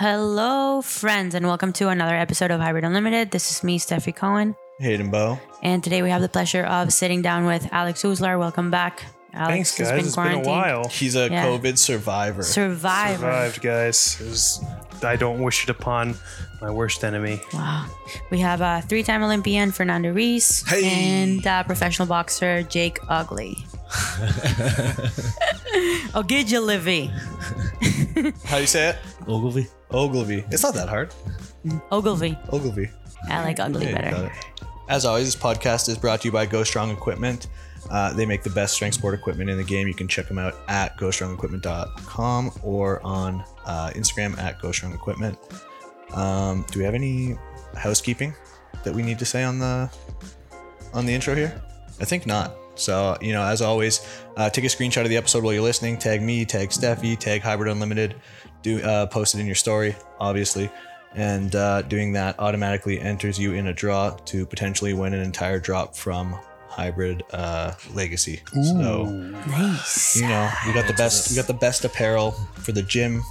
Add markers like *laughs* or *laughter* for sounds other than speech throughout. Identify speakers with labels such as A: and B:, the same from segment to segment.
A: Hello, friends, and welcome to another episode of Hybrid Unlimited. This is me, Steffi Cohen,
B: Hayden Bow.
A: and today we have the pleasure of sitting down with Alex Uslar. Welcome back, Alex.
C: Thanks,
A: has
C: guys. it's been
A: quarantined.
C: a while.
B: He's a
A: Yeah.
B: COVID survivor.
A: Survivor.
C: Survived, guys. It was, I don't wish it upon my worst enemy.
A: Wow. *sighs* We have uh, three-time Olympian Fernando Reese
B: Hey.
A: and uh, professional boxer Jake Ugly.
B: *laughs*
A: I'll get you, Livy.
B: How do you say it?
D: Ogilvy.
B: Ogilvy. It's not that hard.
A: Ogilvy.
B: Ogilvy.
A: I like Ugly
B: Yeah, you got
A: better.
B: it. As always, this podcast is brought to you by Go Strong Equipment. Uh, they make the best strength sport equipment in the game. You can check them out at gostrongequipment.com or on uh, Instagram at gostrongequipment. Um, do we have any housekeeping that we need to say on the on the intro here? I think not. So you know, as always, uh, take a screenshot of the episode while you're listening. Tag me, tag Steffi, tag Hybrid Unlimited. Do uh, post it in your story, obviously, and uh, doing that automatically enters you in a draw to potentially win an entire drop from Hybrid uh, Legacy. So
A: Nice.
B: you know, we got the best. We got the best apparel for the gym,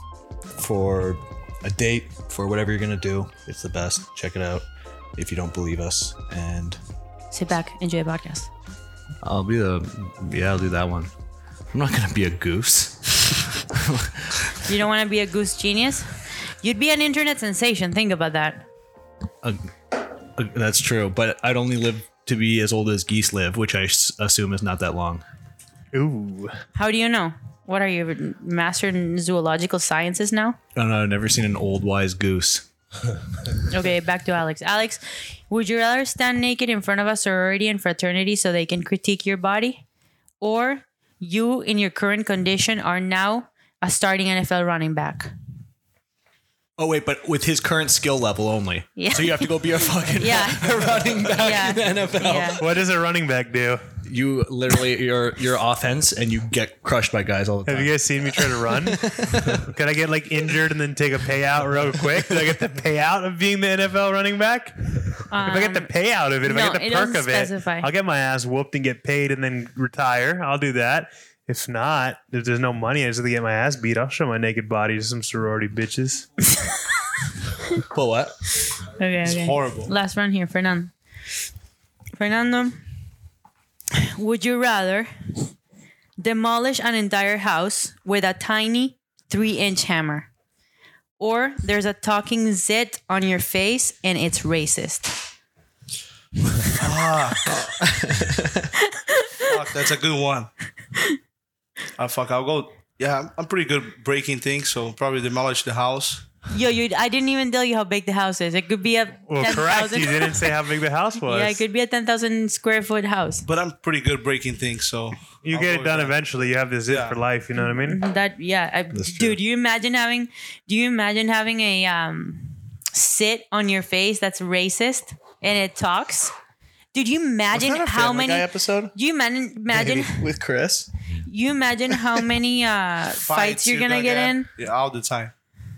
B: for a date, for whatever you're gonna do. It's the best. Check it out. If you don't believe us, and
A: Sit back, enjoy the podcast.
D: I'll be the yeah, I'll do that one. I'm not gonna be a goose. *laughs*
A: You don't want to be a goose genius? You'd be an internet sensation. Think about that.
D: Uh, That's true, but I'd only live to be as old as geese live, which I s- assume is not that long.
C: Ooh.
A: How do you know? What are you, master in zoological sciences now?
D: I don't know. I've never seen an old wise goose.
A: Okay, back to Alex. Alex, would you rather stand naked in front of a sorority and fraternity so they can critique your body? Or you, in your current condition, are now a starting NFL running back?
D: Oh wait, but with his current skill level only.
A: Yeah.
D: So you have to go be a fucking
A: *laughs* Yeah.
D: *laughs* running back
A: Yeah.
D: in the NFL.
A: Yeah.
C: What does a running back do?
D: You literally your your offense and you get crushed by guys all the
C: Have
D: time.
C: you guys seen me try to run? Can I get like injured and then take a payout real quick? Do I get the payout of being the NFL running back? if I get the payout of it,
A: Um,
C: if
A: no,
C: I get
A: it
C: the perk
A: doesn't
C: of it,
A: specify.
C: I'll get my ass whooped and get paid and then retire. I'll do that. If not, if there's no money, I just have to get my ass beat. I'll show my naked body to some sorority bitches.
B: well, what?
A: Okay, okay.
B: horrible.
A: Last round here, Fernando. Fernando, would you rather demolish an entire house with a tiny three inch hammer? Or there's a talking zit on your face and it's racist.
E: Fuck, that's a good one. Ah, fuck, I'll go. Yeah, I'm, I'm pretty good breaking things, so probably demolish the house.
A: Yo, you, I didn't even tell you how big the house is. It could be a
C: Well, correct. You
A: 10,000.
C: didn't say how big the house was.
A: *laughs* Yeah, it could be a 10,000 square foot house.
E: But I'm pretty good breaking things, so
C: You
E: I'll
C: get
E: go
C: it done
E: with
C: eventually. You have this it
E: Yeah.
C: for life. You know what I mean?
A: That yeah, I, dude. You imagine having? Do you imagine having a um, sit on your face that's racist and it talks? Dude, you imagine how
B: Family
A: many?
B: Guy episode?
A: do you man, imagine? *laughs*
B: with Chris.
A: You imagine how many uh, fights, you're gonna get in?
E: Yeah, all the time.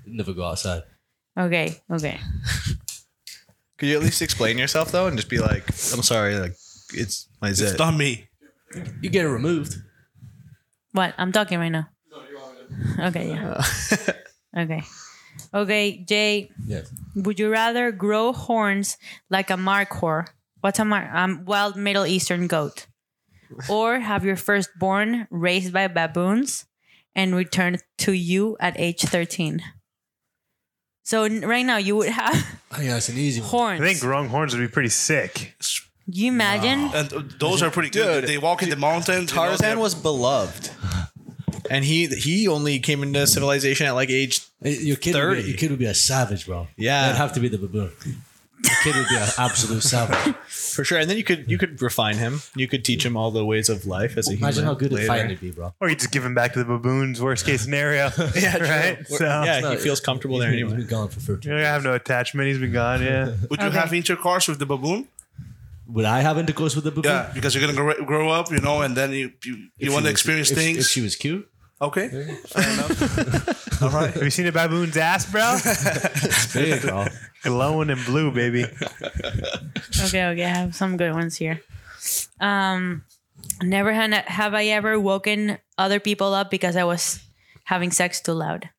D: Never go outside.
A: Okay, okay.
B: Could you at least explain yourself though, and just be like, "I'm sorry, like it's my zit."
E: It's not me.
D: You get it removed.
A: What? I'm talking right now. Okay, *laughs* yeah. okay, okay. Jay,
D: Yeah.
A: would you rather grow horns like a markhor? What's a mar- um, wild Middle Eastern goat? Or have your firstborn raised by baboons and returned to you at age 13? So n- right now you would have *laughs*
D: Oh, yeah, it's an easy one.
C: I
A: horns.
C: think growing horns would be pretty sick.
A: you imagine?
E: And uh, those are pretty good.
B: Dude,
E: They walk in the mountains. you know,
B: Tarzan
E: they're-
B: was beloved, *laughs* and he he only came into civilization at like age.
F: Hey, Your kid, Would
B: 30.
F: be, your kid would be a savage, bro.
B: Yeah.
F: that'd have to be the baboon. Your kid would be an absolute savage.
B: for sure. And then you could you could refine him. You could teach him all the ways of life as a human.
F: Imagine how good
B: later.
F: at fighting would be, bro.
C: Or you just give them back to the baboons. Worst case scenario.
B: *laughs* Yeah, true.
C: *laughs* right.
B: Or-
C: So
E: *laughs*
B: yeah, he
F: not-
B: feels comfortable there
F: He's been- he's
B: anyway.
F: been gone for
C: you
F: thirteen.
C: know, I have no attachment. He's been gone.
B: *laughs*
C: Yeah.
E: Would you
A: Okay.
E: have intercourse with the baboon?
F: Would I have intercourse with the baboon?
E: Yeah, because you're gonna grow, grow up, you know, and then you you, you want to experience
F: if,
E: things.
F: If she was cute,
E: okay, fair enough.
C: Have you seen a baboon's ass,
B: *laughs*
C: bro?
F: it's big, bro.
C: Glowing and blue, baby.
A: *laughs* Okay, okay. I have some good ones here. Um, never had, have I ever woken other people up because I was having sex too loud.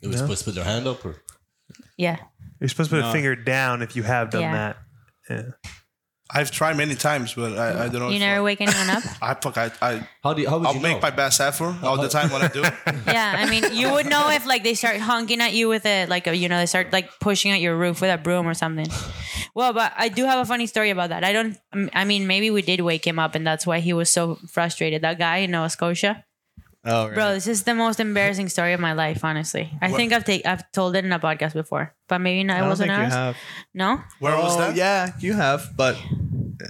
F: It was supposed to put their hand up or
A: Yeah.
C: You're supposed to put a finger down if you have done
A: Yeah.
C: that. Yeah.
E: I've tried many times, but I, I don't know.
A: You
E: if
A: never
E: I,
A: wake anyone up?
E: I fuck. I, I
F: how do you, how would
E: I'll
F: you
E: make
F: know?
E: my best effort all the time when I do. it.
A: yeah, I mean, you would know if like they start honking at you with a like a, you know they start like pushing at your roof with a broom or something. Well, but I do have a funny story about that. I don't. I mean, maybe we did wake him up, and that's why he was so frustrated. That guy in Nova Scotia,
B: Oh, right.
A: bro. This is the most embarrassing story of my life, honestly. I think I've take, I've told it in a podcast before, but maybe not. It
B: I don't
A: wasn't
B: think you
A: ours.
B: have.
A: No,
E: Where was
B: Oh,
E: that?
B: Yeah, you have, but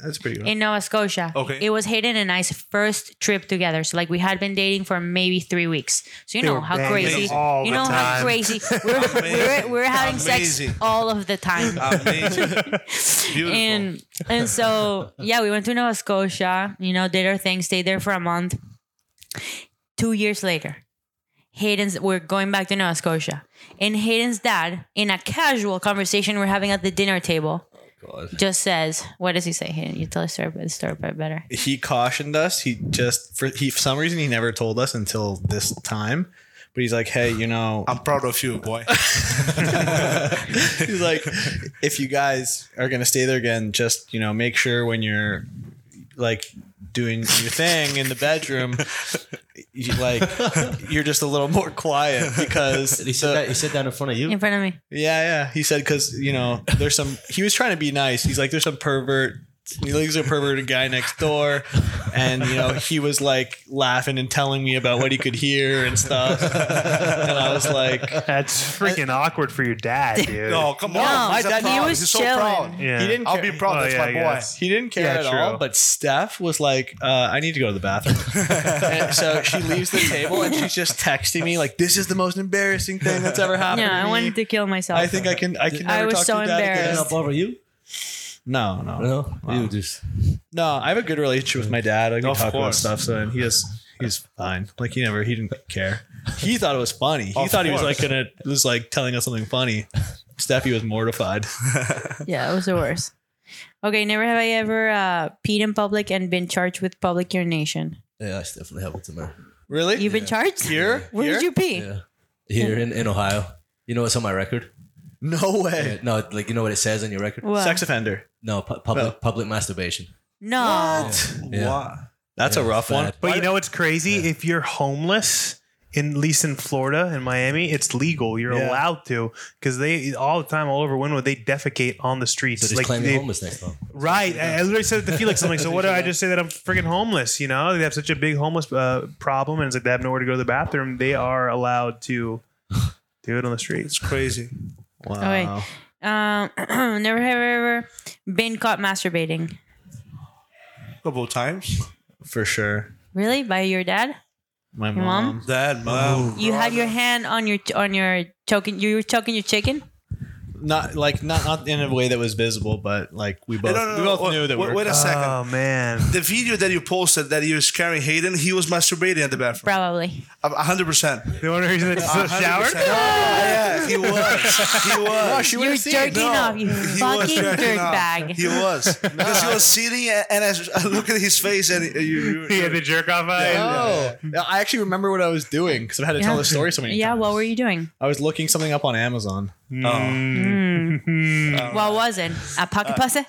B: that's pretty good.
A: in Nova Scotia.
E: Okay.
A: It was Hayden and I's first trip together. So like we had been dating for maybe three weeks. So you
C: They
A: know
C: were
A: how
C: banging
A: crazy.
C: all
A: You
C: the
A: know how
C: time.
A: crazy. We're, we're, we're having
E: Amazing.
A: sex all of the time. *laughs*
E: Amazing. Beautiful.
A: And and so yeah, we went to Nova Scotia. You know, did our thing, stayed there for a month. Two years later, Hayden's we're going back to Nova Scotia, and Hayden's dad, in a casual conversation we're having at the dinner table,
C: Oh,
F: God.
A: just says, "What does he say, Hayden? You tell the story, the story better."
B: he cautioned us. He just for he for some reason he never told us until this time. But he's like, hey, you know,
E: I'm proud of you, boy.
B: he's like, if you guys are gonna stay there again, just you know, make sure when you're like doing your thing in the bedroom, you, like you're just a little more quiet because
F: He said
B: the-
F: that he said that in front of you.
A: In front of
B: *laughs*
A: me.
B: Yeah, yeah. He said because you know there's some. He was trying to be nice. He's like there's some pervert. He leaves a perverted guy next door, and you know he was like laughing and telling me about what he could hear and stuff. And I was like,
C: That's freaking awkward for your
B: *laughs*
C: dad, dude.
E: *laughs* No, come
A: No,
E: on.
A: my
E: He's a
A: dad- he
E: proud.
A: was
E: He's
A: chilling.
E: so proud.
C: Yeah.
B: he didn't.
E: I'll
B: Care,
E: be proud.
C: Oh,
E: That's
C: yeah, I
E: my boy.
C: guess.
B: he didn't care
C: Yeah,
B: at
C: true.
B: all. But Steph was like, uh, I need to go to the bathroom. and so she leaves the table and she's just texting me like, this is the most embarrassing thing that's ever happened.
A: No,
B: to
A: I
B: me.
A: wanted to kill myself.
B: I think I can. I can.
A: I
B: Never
A: was
B: talk
A: so
B: to your dad again.
A: embarrassed.
F: Up over you?
B: No, no,
F: No, you just
B: No, I have a good relationship with my dad. Like we
E: Of
B: talk about
E: course.
B: stuff, so and he is he's fine. Like he never he didn't care. He thought it was funny. He
E: Of
B: thought he was like
E: course.
B: gonna was like telling us something funny. Steffi was mortified.
A: Yeah, it was the worst. Okay, never have I ever uh, peed in public and been charged with public urination.
F: yeah, that's definitely happened to me.
B: Really?
A: You've been charged?
B: here?
A: Where
B: Here?
A: did you pee?
F: Yeah, here in, in Ohio. You know what's on my record?
B: No way.
F: Yeah, no, like you know what it says on your record?
A: What?
B: Sex offender.
F: No, pu- public
B: Well.
F: public masturbation.
A: No.
F: Yeah.
E: What?
B: That's a
F: Oh. Yeah,
B: rough
F: bad.
B: one.
C: But you know what's crazy? If you're homeless, in, at least in Florida and Miami, it's legal. You're
B: Yeah.
C: allowed to because they all the time, all over Winwood, they defecate on the streets.
F: So just
C: Like,
F: claim
C: they-
F: you're homeless next time.
C: Right. I, I literally said it to Felix. I'm like, so what do I just say that I'm freaking homeless? You know, they have such a big homeless uh, problem, and it's like they have nowhere to go to the bathroom. They are allowed to do it on the streets.
E: It's crazy.
B: Wow.
A: Okay. Um, *clears throat* never have I ever been caught masturbating.
E: Couple times.
B: For sure.
A: Really? By your dad?
B: My
A: Your
B: mom.
A: mom?
E: That man.
A: You had your hand on your on your choking. You were choking your chicken.
B: Not like not not in a way that was visible, but like we both
E: no, no,
B: we
E: no,
B: both knew that we
E: wait,
B: were
E: wait a second.
C: Oh man.
E: the video that you posted that you was carrying Hayden, he was masturbating at the bathroom.
A: Probably.
E: A a hundred percent.
C: The only reason it's so showered.
E: 100%. Yeah, he was. He was.
A: You were jerking off.
B: *laughs*
A: You
E: He was
A: fucking
E: jerking off.
A: dirtbag.
E: He was. Because he was sitting and, and as I look at his face and you,
C: *laughs*
E: you,
C: Yeah, the jerk off eye.
B: Oh, I actually remember what I was doing because I've had to
A: Yeah.
B: tell the story so many
A: Yeah.
B: times.
A: What were you
B: *laughs*
A: doing?
B: I was looking something up on Amazon.
A: Hmm.
B: Um,
A: What was it? A pocket pussy?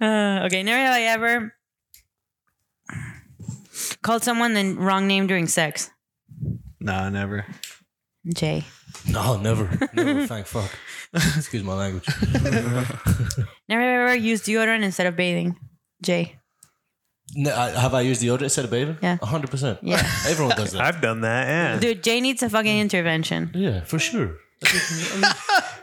A: uh, okay, never have I ever called someone the wrong name during sex.
B: No, never.
A: Jay.
F: No, never. Never. thank fuck. Excuse my language.
A: Never have I ever used deodorant instead of bathing. Jay.
F: No, I, have I used deodorant instead of bathing?
A: Yeah.
F: hundred percent.
A: Yeah.
F: everyone
C: *laughs*
F: does that.
C: I've done that. Yeah.
A: Dude, Jay needs a fucking
C: Mm.
A: intervention.
F: yeah, for sure. I mean,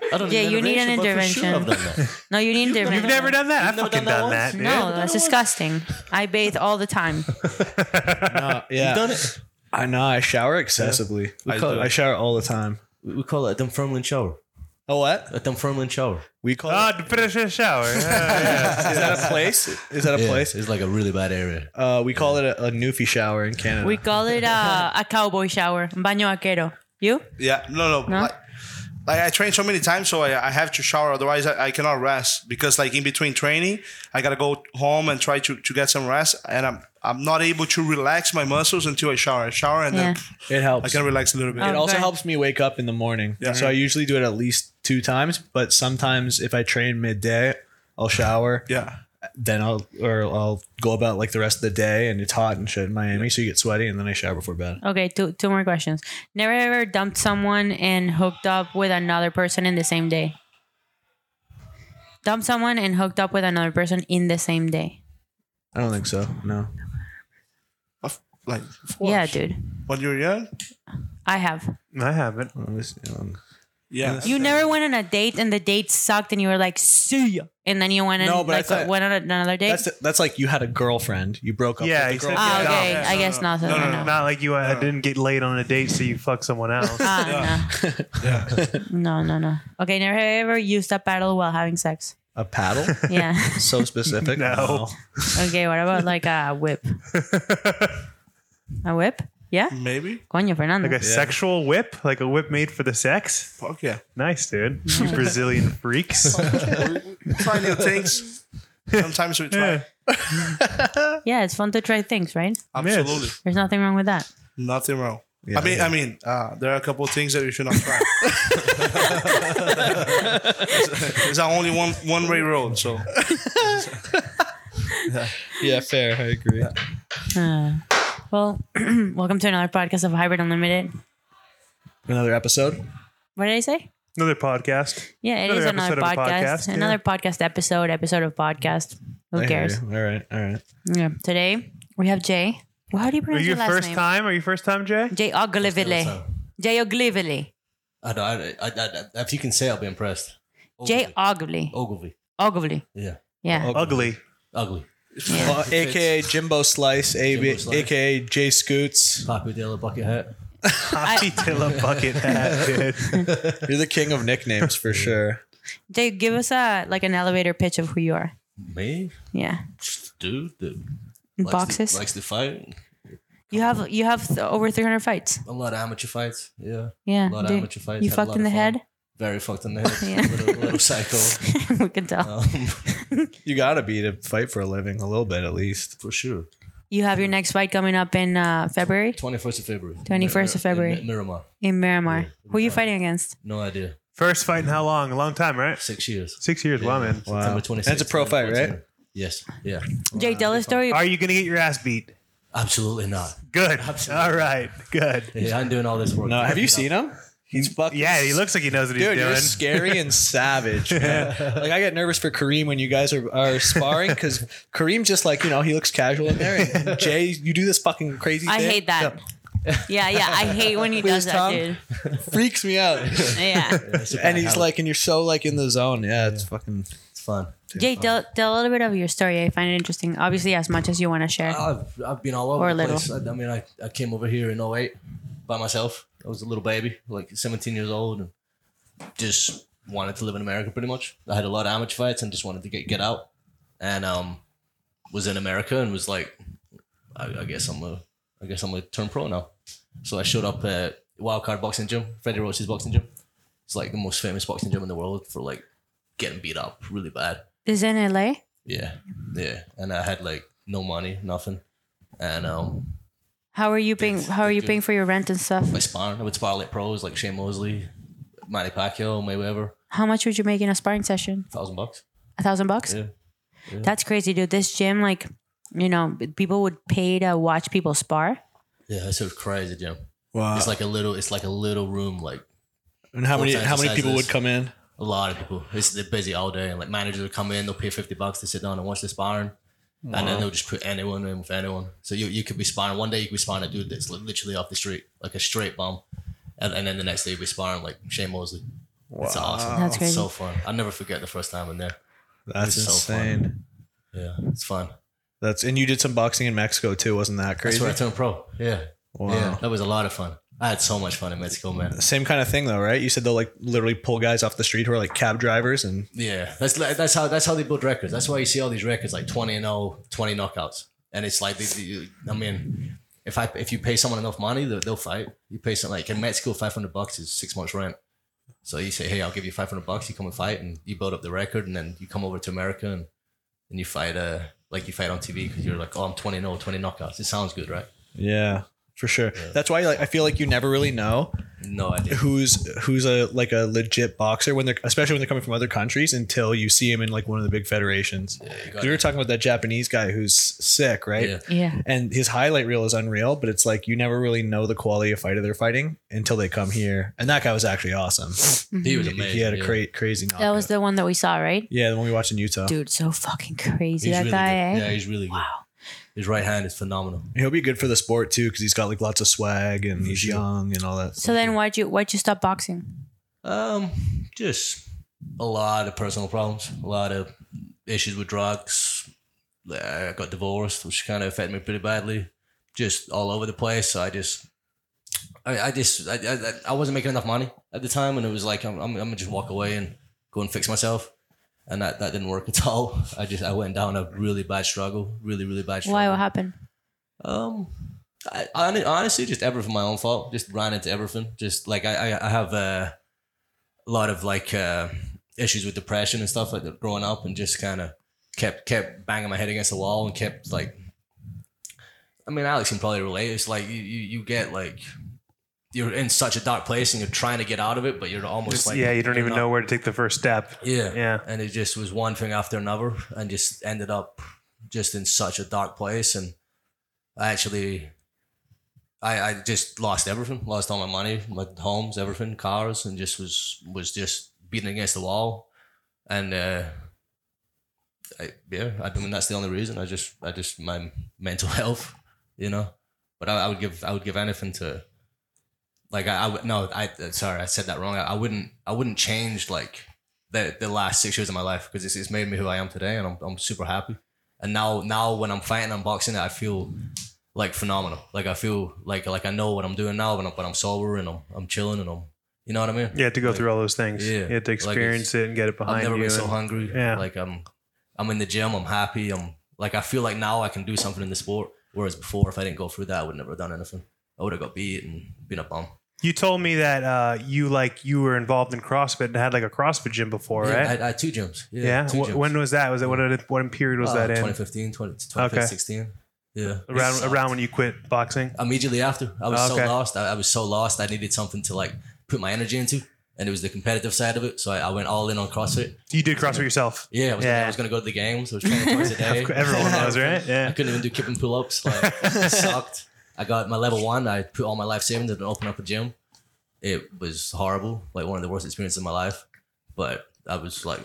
F: *laughs* I don't
A: Yeah, you need an
F: but for sure
A: intervention.
F: I've done that.
A: No, you need intervention.
C: You've never done that. I've
F: never
C: fucking
F: done
C: done
F: that
C: that, dude.
A: No, that's disgusting. I bathe all the time.
B: No, yeah. *laughs*
F: Done it.
B: I know. I shower excessively. I,
F: call
B: do.
F: it-
B: I shower all the time.
F: We we call it a Dunfermline shower.
B: Oh, what?
F: A Dunfermline shower.
B: We call
C: Oh, to finish the shower.
B: it. Is that a place? Is that a
F: Yeah,
B: place?
F: It's like a really bad area.
B: Uh, we call it a, a newfie shower in Canada.
A: We call it a, a cowboy shower. Baño vaquero. You?
E: yeah, no, no.
A: No?
E: Like, like I train so many times, so I, I have to shower. Otherwise, I, I cannot rest because like in between training, I gotta go home and try to, to get some rest, and I'm I'm not able to relax my muscles until I shower. I shower and then
B: It helps.
E: I can relax a little bit.
A: Oh.
B: It also
A: Okay.
B: helps me wake up in the morning. So I usually do it at least two times, but sometimes if I train midday, I'll shower.
E: yeah.
B: Then I'll or I'll go about like the rest of the day and it's hot and shit in Miami, so you get sweaty and then I shower before bed.
A: Okay, two two more questions. Never ever dumped someone and hooked up with another person in the same day. Dumped someone and hooked up with another person in the same day.
B: I don't think so. No.
E: Of- Like of course.
A: Yeah, dude.
E: When you're young,
A: I have.
C: *laughs* I haven't.
B: I was young.
E: yeah.
A: You never went on a date and the date sucked and you were like, see ya. And then you went and
B: No, but I
A: like,
B: thought-
A: went on another date.
B: That's that's like you had a girlfriend. You broke up
C: Yeah,
B: with
C: he
B: the
C: said-
B: girl.
A: oh,
C: Yeah,
A: okay.
E: no,
A: I
E: no,
A: guess
E: no,
A: not. No,
E: no,
A: no,
E: no,
A: no.
C: Not like you uh, didn't get laid on a date, so you fuck someone else.
A: Ah, no. no, no, no. Okay, never ever used a paddle while having sex.
B: A paddle?
A: Yeah.
B: so specific.
C: No.
A: okay, what about like a whip? a whip? Yeah?
E: Maybe.
A: Coño, Fernando.
C: like a sexual whip, like a whip made for the sex.
E: Fuck yeah. *laughs*
A: *laughs*
C: Nice, dude. You Brazilian freaks.
E: try new things. Sometimes we try.
C: Yeah.
A: Yeah, it's fun to try things, right?
E: Absolutely.
A: There's nothing wrong with that.
E: Nothing wrong. I mean, I mean, uh, there are a couple of things that you should not
F: *laughs*
E: try. There's only one one way road, so
B: Yeah, fair. I agree.
A: Uh, well, *clears throat* welcome to another podcast of Hybrid Unlimited.
B: Another episode.
A: What did I say?
C: Another podcast.
A: Yeah, it is another
C: Another episode of a
A: podcast.
C: podcast, yeah.
A: Another podcast episode, episode of podcast. Who
B: I hear
A: cares?
B: you. All right. All right.
A: Yeah. Today we have Jay. Well, how do you
C: Are
A: pronounce
C: you
A: your last
C: first
A: name?
C: time? Are you first time, Jay?
A: Jay Oglivile. Jay Oglivile.
F: I don't. I, I, I, I, if you can say, it, I'll be impressed.
A: Jay Ogilvy.
F: Ogilvy.
A: Ogilvy.
F: Yeah.
A: Yeah.
C: Ugly.
F: Ugly.
A: yeah.
B: Uh, AKA Jimbo Slice, AB,
F: Jimbo Slice.
B: AKA Jay Scoots.
F: Poppy Dilla bucket hat.
C: Poppy Dilla bucket
A: *laughs*
C: hat, dude.
B: You're the king of nicknames for sure.
A: Jay, give us a like an elevator pitch of who you are.
F: Me,
A: Yeah.
F: dude. That
A: In
F: likes
A: boxes.
F: To, likes to fight.
A: you have you have th- over 300 fights.
F: A lot of amateur fights. Yeah.
A: Yeah.
F: A lot
A: dude.
F: of amateur fights.
A: You
F: had a
A: fucked
F: lot
A: in the
F: of fun.
A: head.
F: Very
A: *laughs*
F: fucked in the head.
A: Yeah.
F: little, little
A: *laughs*
F: psycho.
A: we can tell.
F: Um,
B: You gotta be to fight for a living, a little bit at least.
F: for sure.
A: You have your next fight coming up in uh, February
F: 21st of February.
A: 21st of
F: Mir-
A: February.
F: in Miramar.
A: in Miramar.
F: Yeah.
A: Who are you fighting against?
F: No idea.
C: First fight in how long? A long time, right?
F: Six years.
C: Six years. Wow, man.
B: Wow.
F: September
B: That's
F: 26th.
B: a pro fight, right?
F: 2014. Yes. Yeah.
A: Jay, tell the story.
C: Are you going to get your ass beat?
F: Absolutely not.
C: Good. All right. Good.
F: Yeah, I'm doing all this work.
B: No, have you seen him? He's fucking.
C: Yeah, he looks like he knows what he's
B: Dude,
C: doing.
B: you're scary and savage, man. Like I get nervous for Kareem when you guys are, are sparring because Kareem just like you know he looks casual in there. And Jay, you do this fucking crazy.
A: I
B: thing.
A: hate that. *laughs* Yeah, yeah, I hate
F: *laughs*
A: when he does that,
B: Please, Tom.
A: dude.
B: freaks me out.
A: Yeah.
B: and he's like, and you're so like in the zone. Yeah, it's fucking.
F: It's fun.
A: Jay, tell, tell a little bit of your story. I find it interesting. Obviously, as much as you want to share.
F: I've, I've been all over
A: Or
F: the
A: little.
F: place. I, I mean, I, I came over here in 08 by myself. I was a little baby, like 17 years old, and just wanted to live in America pretty much. I had a lot of amateur fights and just wanted to get, get out. And um, was in America and was like, I, I guess I'm a, I guess I'm a turn pro now. So I showed up at Wildcard Boxing Gym, Freddie Roach's boxing gym. It's like the most famous boxing gym in the world for like getting beat up really bad.
A: This is in LA?
F: Yeah, yeah. And I had like no money, nothing. And um,
A: How are you paying? How are you
F: Dude.
A: paying for your rent and stuff?
F: I sparred. I would spar like pros like Shane Mosley, Manny Pacquiao, Mayweather.
A: How much would you make in a sparring session?
F: Thousand bucks.
A: A thousand bucks?
F: Yeah.
A: That's crazy, dude. This gym, like, you know, people would pay to watch people spar.
F: Yeah, it's a crazy gym.
B: Wow.
F: It's like a little. It's like a little room. Like
B: And how many
F: Full-time
B: how many
F: exercises.
B: people would come in?
F: a lot of people. It's they're busy all day, and like managers will come in. They'll pay fifty bucks to sit down and watch the sparring. And then they'll just put anyone in with anyone. So you, you could be sparring one day, you could be sparring a dude that's li- literally off the street, like a straight bomb. And, and then the next day, you'll be sparring like Shane Mosley. It's awesome.
A: That's
F: It's Oh, so
A: crazy.
F: fun. I'll never forget the first time in there.
B: That's
F: It's so
B: insane.
F: Yeah, it's fun.
B: That's and you did some boxing in Mexico too, wasn't that
F: That's
B: crazy?
F: where I turned pro. Yeah. Yeah. That was a lot of fun. I had so much fun in Mexico, man.
B: Same kind of thing though, right? You said they'll like literally pull guys off the street who are like cab drivers and
F: Yeah. That's like- that's how that's how they build records. That's why you see all these records like 20 and 0, 20 knockouts. And it's like they, they- I mean, if I if you pay someone enough money, they'll, they'll fight. You pay something like in Mexico, 500 bucks is 6 months rent. So you say, hey, I'll give you 500 bucks. You come and fight, and you build up the record, and then you come over to America and, and you fight, uh, like you fight on TV because you're like, oh, I'm 20 0, 20 knockouts. It sounds good, right?
B: Yeah, for sure. That's why like I feel like you never really know
F: No idea.
B: who's who's a like a legit boxer when they're especially when they're coming from other countries until you see him in like one of the big federations.
F: you got
B: 'Cause we were talking about that Japanese guy who's sick, right?
F: Yeah.
A: Yeah.
B: And his highlight reel is unreal, but it's like you never really know the quality of fighter they're fighting until they come here. And that guy was actually awesome.
F: He was amazing.
B: he had a
F: yeah.
B: cra- crazy knockout.
A: That was the one that we saw, right?
B: yeah, the one we watched in Utah.
A: Dude, so fucking crazy.
F: He's
A: that
F: really
A: guy, eh?
F: good. Yeah, he's really good. Wow. His right hand is phenomenal.
B: He'll be good for the sport too because he's got like lots of swag and he's
F: sure.
B: young and all that.
A: So then why'd you why'd you stop boxing?
F: Um, just a lot of personal problems, a lot of issues with drugs. I got divorced, which kind of affected me pretty badly. Just all over the place. So I just, I, I just, I, I, I wasn't making enough money at the time, and it was like I'm, I'm, I'm gonna just walk away and go and fix myself. And that, that didn't work at all. *laughs* I just I went down a really bad struggle, really really bad struggle.
A: Why? What happened?
F: Um, I, hon- honestly, just everything my own fault. Just ran into everything. Just like I, I, I have uh, a lot of like uh, issues with depression and stuff like that growing up, and just kind of kept kept banging my head against the wall and kept like. I mean, Alex can probably relate. It's like you, you, you get like you're in such a dark place and you're trying to get out of it, but you're almost
C: Just-
F: like
C: yeah, you don't
F: you're
C: even
F: not-
C: know where to take the first step.
F: yeah.
C: Yeah.
F: And it just was one thing after another and just ended up just in such a dark place. And I actually, I, I just lost everything, lost all my money, my homes, everything, cars, and just was, was just beaten against the wall. And, uh, I, yeah, I mean, that's the only reason I just, I just, my mental *laughs* health, you know, but I, I would give, I would give anything to, like, I, I would, no, I, uh, sorry, I said that wrong. I, I wouldn't, I wouldn't change like the, the last six years of my life because it's, it's made me who I am today and I'm, I'm super happy. And now now when I'm fighting and boxing, I feel like phenomenal. Like I feel like like I know what I'm doing now, but I'm, but I'm sober and I'm, I'm chilling and I'm, you know what I mean?
C: You had to go through all those things.
F: yeah.
C: You had to
F: Like, it's-
C: experience it and get it behind
F: I've never
C: you.
F: been so
C: and-
F: hungry.
C: Yeah.
F: Like I'm I'm in the gym, I'm happy, I'm like I feel like now I can do something in the sport. Whereas before if I didn't go through that I would never have done anything. I would have got beat and been a bum.
C: You told me that uh, you like you were involved in CrossFit and had like a CrossFit gym before,
F: Yeah, I,
C: right?
F: had- I had two gyms. Yeah.
C: yeah.
F: Two
C: Wh-
F: gyms.
C: When was that? Was it what? What period was
F: Uh,
C: that in?
F: 2015, 20,
C: Okay.
F: 2016. Yeah.
C: Around
F: It's-
C: around when you quit boxing.
F: immediately after. I was
C: Okay.
F: so lost. I, I was so lost. I needed something to like put my energy into, and it was the competitive side of it. So I, I went all in on CrossFit.
C: You did CrossFit yourself.
F: Yeah, I was, Gonna, I
C: Yeah.
F: was gonna go to the games. I was
C: *laughs*
F: training twice a day. *laughs*
C: Everyone knows, right?
F: I
C: Yeah.
F: couldn't even do kipping pull ups. Like
C: *laughs*
F: sucked. I got my level one. I put all my life savings and opened up a gym. It was horrible. Like one of the worst experiences of my life. But I was like,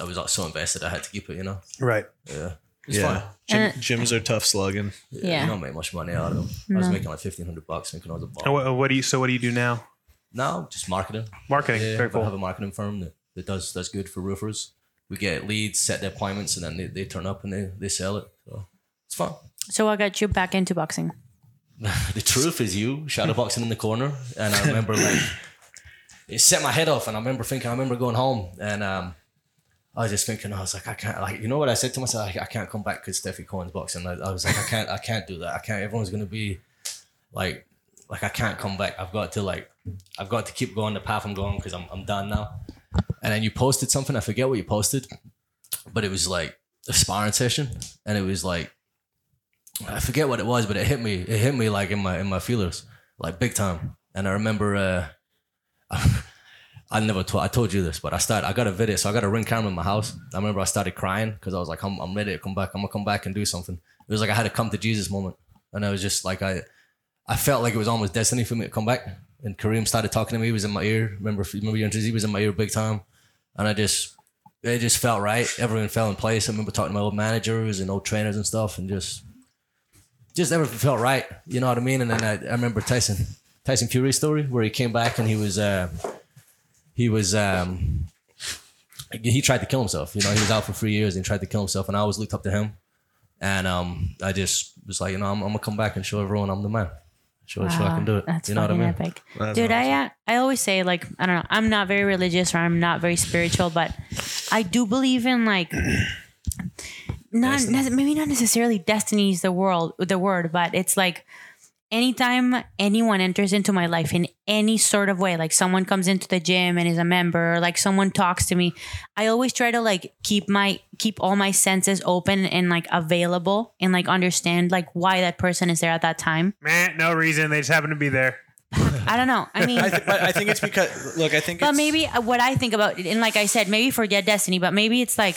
F: I was like so invested. I had to keep it. You know.
C: Right.
F: Yeah. It's
B: yeah.
F: fun.
B: Gym,
A: Uh,
B: gyms are tough slugging.
A: Yeah.
F: You don't make much money out of them. I was
A: No.
F: making like fifteen hundred bucks making all the
C: And
F: ball.
C: what, what do you? So what do you do now?
F: Now just marketing.
C: Marketing.
F: Yeah,
C: Very
F: I have
C: cool.
F: a marketing firm that, that does that's good for roofers. We get leads, set the appointments, and then they, they turn up and they, they sell it. So it's fun.
A: So what got you back into boxing?
F: *laughs* the truth is you shadow boxing in the corner, and I remember like it set my head off, and I remember thinking, I remember going home, and um, I was just thinking, I was like, I can't, like you know what I said to myself, I, I can't come back because Steffi Cohen's boxing. I, I was like, I can't, I can't do that. I can't. Everyone's gonna be like, like I can't come back. I've got to like, I've got to keep going the path I'm going because I'm I'm done now. And then you posted something. I forget what you posted, but it was like a sparring session, and it was like I forget what it was, but it hit me. It hit me like in my in my feelers, like big time. And I remember, uh, *laughs* I never told I told you this, but I started. I got a video, so I got a ring camera in my house. I remember I started crying because I was like, I'm, I'm ready to come back. I'm gonna come back and do something. It was like I had a come to Jesus moment, and I was just like I, I felt like it was almost destiny for me to come back. And Kareem started talking to me. He was in my ear. Remember, remember your interest? He was in my ear big time, and I just. It just felt right. Everything fell in place. I remember talking to my old managers and old trainers and stuff, and just just never felt right. You know what I mean? And then I, I remember Tyson Tyson Fury's story where he came back and he was uh, he was um, he tried to kill himself. You know, he was out for three years and he tried to kill himself. And I always looked up to him. And um, I just was like, you know, I'm, I'm gonna come back and show everyone I'm the man. Show, show I
A: Wow,
F: can do it.
A: Uh, That's
F: you know what I
A: fucking
F: mean?
A: epic. Dude, I uh, I always say like I don't know. I'm not very religious or I'm not very spiritual, but I do believe in like *clears throat* not nec- maybe not necessarily destiny is the world the word, but it's like anytime anyone enters into my life in any sort of way, like someone comes into the gym and is a member, or like someone talks to me, I always try to like keep my keep all my senses open and like available and like understand like why that person is there at that time.
C: Man, no reason. They just happen to be
F: *laughs*
C: there.
A: I don't know. I mean,
B: I th- but I think it's because look, I think
A: but
B: it's,
A: maybe uh, what I think about, and like I said, maybe forget destiny, but maybe it's like,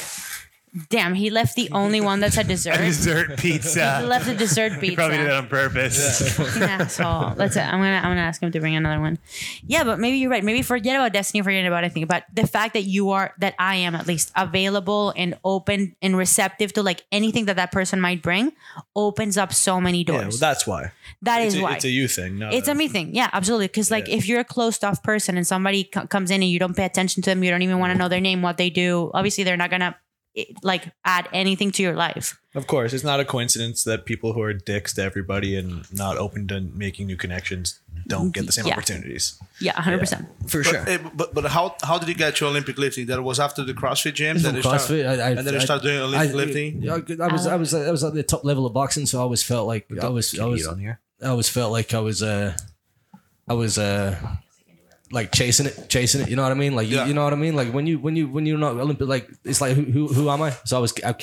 A: damn, he left the only one
B: *laughs*
A: that's a dessert.
C: Dessert
A: he
F: *laughs*
C: pizza.
A: left a dessert pizza.
C: Probably did that on purpose.
A: yeah, so that's it. I'm gonna I'm gonna ask him to bring another one. Yeah, but maybe you're right. Maybe forget about destiny, forget about anything. But the fact that you are that I am at least available and open and receptive to like anything that that person might bring opens up so many
B: yeah, well,
A: doors.
B: that's why.
A: that
B: It's
A: is
B: a,
A: why.
B: it's a you thing. Not
A: It's
B: a,
A: a me thing. Yeah, absolutely. Because like
B: Yeah.
A: if you're a closed off person and somebody co- comes in and you don't pay attention to them, you don't even want to know their name, what they do. Obviously, they're not gonna eh, like add anything to your life.
B: Of course, it's not a coincidence that people who are dicks to everybody and not open to making new connections don't get the same
A: Yeah.
B: opportunities.
A: Yeah, 100. percent
B: For
E: But, eh, but but how how did you get to Olympic lifting? That was after the CrossFit gym. That
F: From
E: you
F: CrossFit,
E: Start,
F: I, I,
E: and then
F: I
E: you start doing Olympic lifting.
F: I, I was, I was, I was at the top level of boxing, so I always felt like I was, I was,
D: on here.
F: I always felt like I was, uh, I was, uh, like chasing it, chasing it. You know what I mean? Like, you-
E: Yeah.
F: you, know what I mean? Like when you, when you, when you're not Olympic, like it's like who, who, who am I? So I was, I